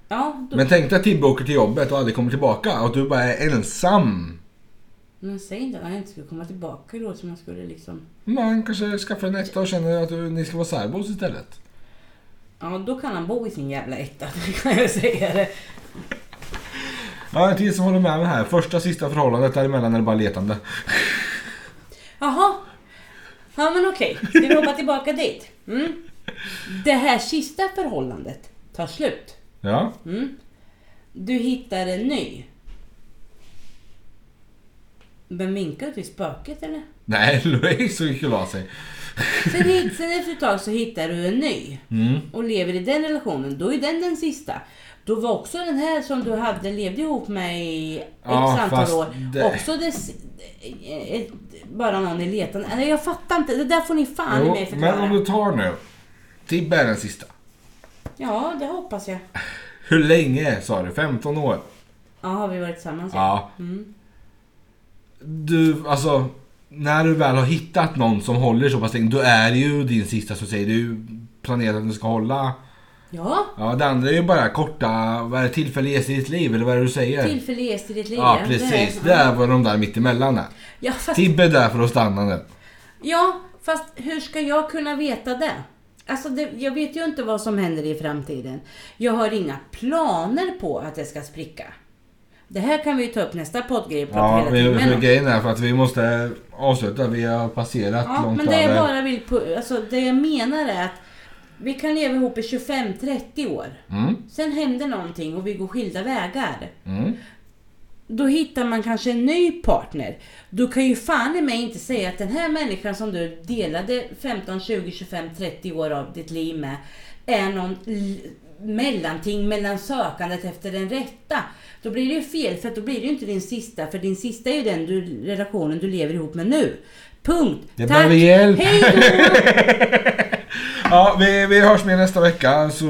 Speaker 2: Ja, då...
Speaker 1: Men tänk dig att Tibbe åker till jobbet och aldrig kommer tillbaka och du bara är ensam.
Speaker 2: men säg inte att han inte skulle komma tillbaka då som han skulle liksom...
Speaker 1: Man kanske skaffar en etta och känner att du, ni ska vara särbos istället.
Speaker 2: Ja, då kan han bo i sin jävla etta, <laughs> det kan jag säga det.
Speaker 1: Ja, en till som håller med mig här. Första sista förhållandet däremellan är det bara letande.
Speaker 2: Jaha. Ja men okej, ska vi hoppa tillbaka dit? Mm. Det här sista förhållandet tar slut.
Speaker 1: Ja,
Speaker 2: Mm. Du hittar en ny. Men vinkar du till spöket eller?
Speaker 1: nej <laughs> Louise gick och la sig.
Speaker 2: Sen, hit- sen efter ett tag så hittar du en ny
Speaker 1: Mm.
Speaker 2: och lever i den relationen. Då är den den sista. Då var också den här som du hade levde ihop med i x
Speaker 1: Ja, fast
Speaker 2: antal år
Speaker 1: det-
Speaker 2: också dess, ett, bara någon i letande. Nej, Jag fattar inte, det där får ni fan i mig
Speaker 1: Jo,
Speaker 2: förklara.
Speaker 1: men om du tar nu. Tibbe är den sista.
Speaker 2: Ja, det hoppas jag.
Speaker 1: Hur länge sa du? 15 år?
Speaker 2: Ja, har vi varit tillsammans?
Speaker 1: Ja.
Speaker 2: Mm.
Speaker 1: Du, alltså. När du väl har hittat någon som håller så pass länge, då är det ju din sista som säger du planerat att den ska hålla.
Speaker 2: Ja,
Speaker 1: Ja, det andra är ju bara korta, vad är det, tillfällig gäst i ditt liv eller vad är det du säger?
Speaker 2: tillfällig gäst i ditt liv.
Speaker 1: ja,
Speaker 2: Det är-
Speaker 1: precis. Det är vad de där mittemellan är.
Speaker 2: Ja fast,
Speaker 1: Tibbe är där för att stanna nu.
Speaker 2: ja, fast hur ska jag kunna veta det? Alltså, det, jag vet ju inte vad som händer i framtiden. Jag har inga planer på att det ska spricka. Det här kan vi ju ta upp nästa poddgrej och prata
Speaker 1: Ja,
Speaker 2: hela
Speaker 1: vi,
Speaker 2: tiden
Speaker 1: för
Speaker 2: om.
Speaker 1: grejen är för att vi måste avsluta. Vi har passerat
Speaker 2: Ja,
Speaker 1: långt
Speaker 2: men det jag
Speaker 1: över.
Speaker 2: bara vill, pu- alltså det jag menar är att vi kan leva ihop i 25-30 år.
Speaker 1: Mm,
Speaker 2: Sen händer någonting och vi går skilda vägar.
Speaker 1: mm.
Speaker 2: Då hittar man kanske en ny partner. Du kan ju fan i mig inte säga att den här människan som du delade 15, 20, 25, 30 år av ditt liv med är någon l- mellanting mellan sökandet efter den rätta. Då blir det ju fel för att då blir det ju inte din sista för din sista är ju den du, relationen du lever ihop med nu. Punkt.
Speaker 1: Det behöver hjälp.
Speaker 2: Hej då!
Speaker 1: Ja, vi, vi hörs mer nästa vecka så...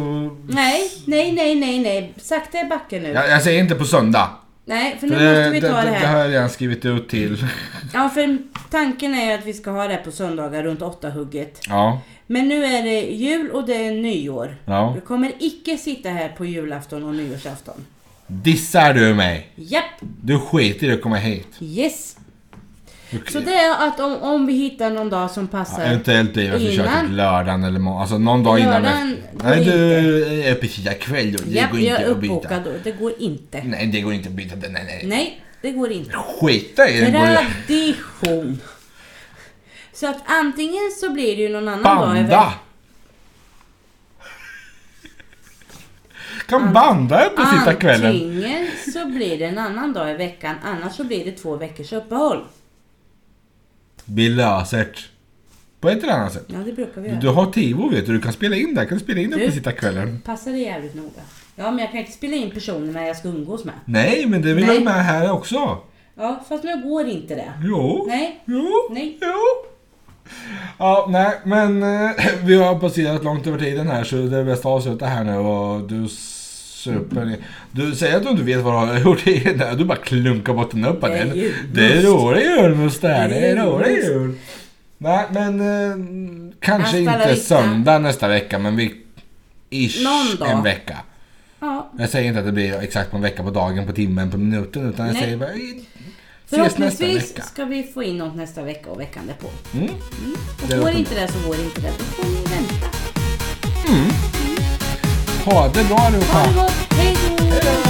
Speaker 2: Nej, nej, nej, nej, nej. Sakta i backen nu.
Speaker 1: Jag, jag säger inte på söndag.
Speaker 2: Nej, för nu
Speaker 1: För
Speaker 2: måste vi ta det här.
Speaker 1: det, det har jag redan skrivit ut till...
Speaker 2: Ja, för tanken är ju att vi ska ha det här på söndagar runt åtta hugget.
Speaker 1: Ja,
Speaker 2: Men nu är det jul och det är nyår.
Speaker 1: ja.
Speaker 2: Vi kommer icke sitta här på julafton och nyårsafton.
Speaker 1: Dissar du mig?
Speaker 2: Japp!
Speaker 1: Du skiter i att komma hit.
Speaker 2: Yes!
Speaker 1: Du-
Speaker 2: Så det är att om, om vi hittar någon dag som
Speaker 1: Ja,
Speaker 2: passar.
Speaker 1: Eventuellt blir det försök
Speaker 2: Innan.
Speaker 1: till lördagen eller må- Alltså någon dag innan.
Speaker 2: Lördagen
Speaker 1: efter.
Speaker 2: går
Speaker 1: Nej du är öppet sida kväll då. Det
Speaker 2: Japp,
Speaker 1: går
Speaker 2: jag
Speaker 1: inte
Speaker 2: är
Speaker 1: att byta. Mm.
Speaker 2: uppbokad då. Det går inte.
Speaker 1: Nej det går inte att byta. Nej, nej. nej.
Speaker 2: Nej, det går inte.
Speaker 1: Skita i den. går det.
Speaker 2: Tradition! Så att antingen så blir det ju någon annan dag. i
Speaker 1: Banda!
Speaker 2: veck-
Speaker 1: Kan banda öppet
Speaker 2: Ah,
Speaker 1: sida kvällen?
Speaker 2: Antingen så blir det en annan dag i veckan, annars så blir det två veckors uppehåll.
Speaker 1: Vi löser det. På ett eller annat sätt.
Speaker 2: Ja, det brukar vi göra.
Speaker 1: Du har Tivo vet du. Du kan spela in där. Kan du spela in
Speaker 2: Du-
Speaker 1: öppet sida kvällen?
Speaker 2: Passa dig jävligt noga. Ja, men jag kan inte spela in personerna jag ska umgås med.
Speaker 1: Nej men det vill
Speaker 2: Nej.
Speaker 1: jag med här också.
Speaker 2: Ja, fast nu går inte det.
Speaker 1: Jo.
Speaker 2: Nej.
Speaker 1: Jo.
Speaker 2: Nej.
Speaker 1: Jo. Ja, nej, men eh, <laughs> vi har passerat långt över tiden här så det är bäst att avsluta här nu och du super... ner. Du säger att du inte vet vad du har <laughs> gjort i den där, du bara klunkar bort den upp på
Speaker 2: Det är
Speaker 1: den.
Speaker 2: julmust.
Speaker 1: Det är rolig julmust det här, det
Speaker 2: Det
Speaker 1: är
Speaker 2: är
Speaker 1: rolig
Speaker 2: julmust.
Speaker 1: jul. Nej, men eh, kanske
Speaker 2: Nästa
Speaker 1: inte
Speaker 2: vecka.
Speaker 1: söndag nästa vecka, men vi... Ish,
Speaker 2: Någon dag.
Speaker 1: en vecka.
Speaker 2: Ja,
Speaker 1: Jag säger inte att det blir exakt på en vecka, på dagen, på timmen, på minuten, utan jag
Speaker 2: Nej.
Speaker 1: säger bara... eh, Ses nästa vecka.
Speaker 2: förhoppningsvis ska vi få in något nästa vecka och veckan därpå.
Speaker 1: Mm. Det
Speaker 2: Och går
Speaker 1: låter
Speaker 2: inte det så går inte det. Då får ni vänta.
Speaker 1: Ha det bra allihopa!
Speaker 2: Ha det gott! Hej då!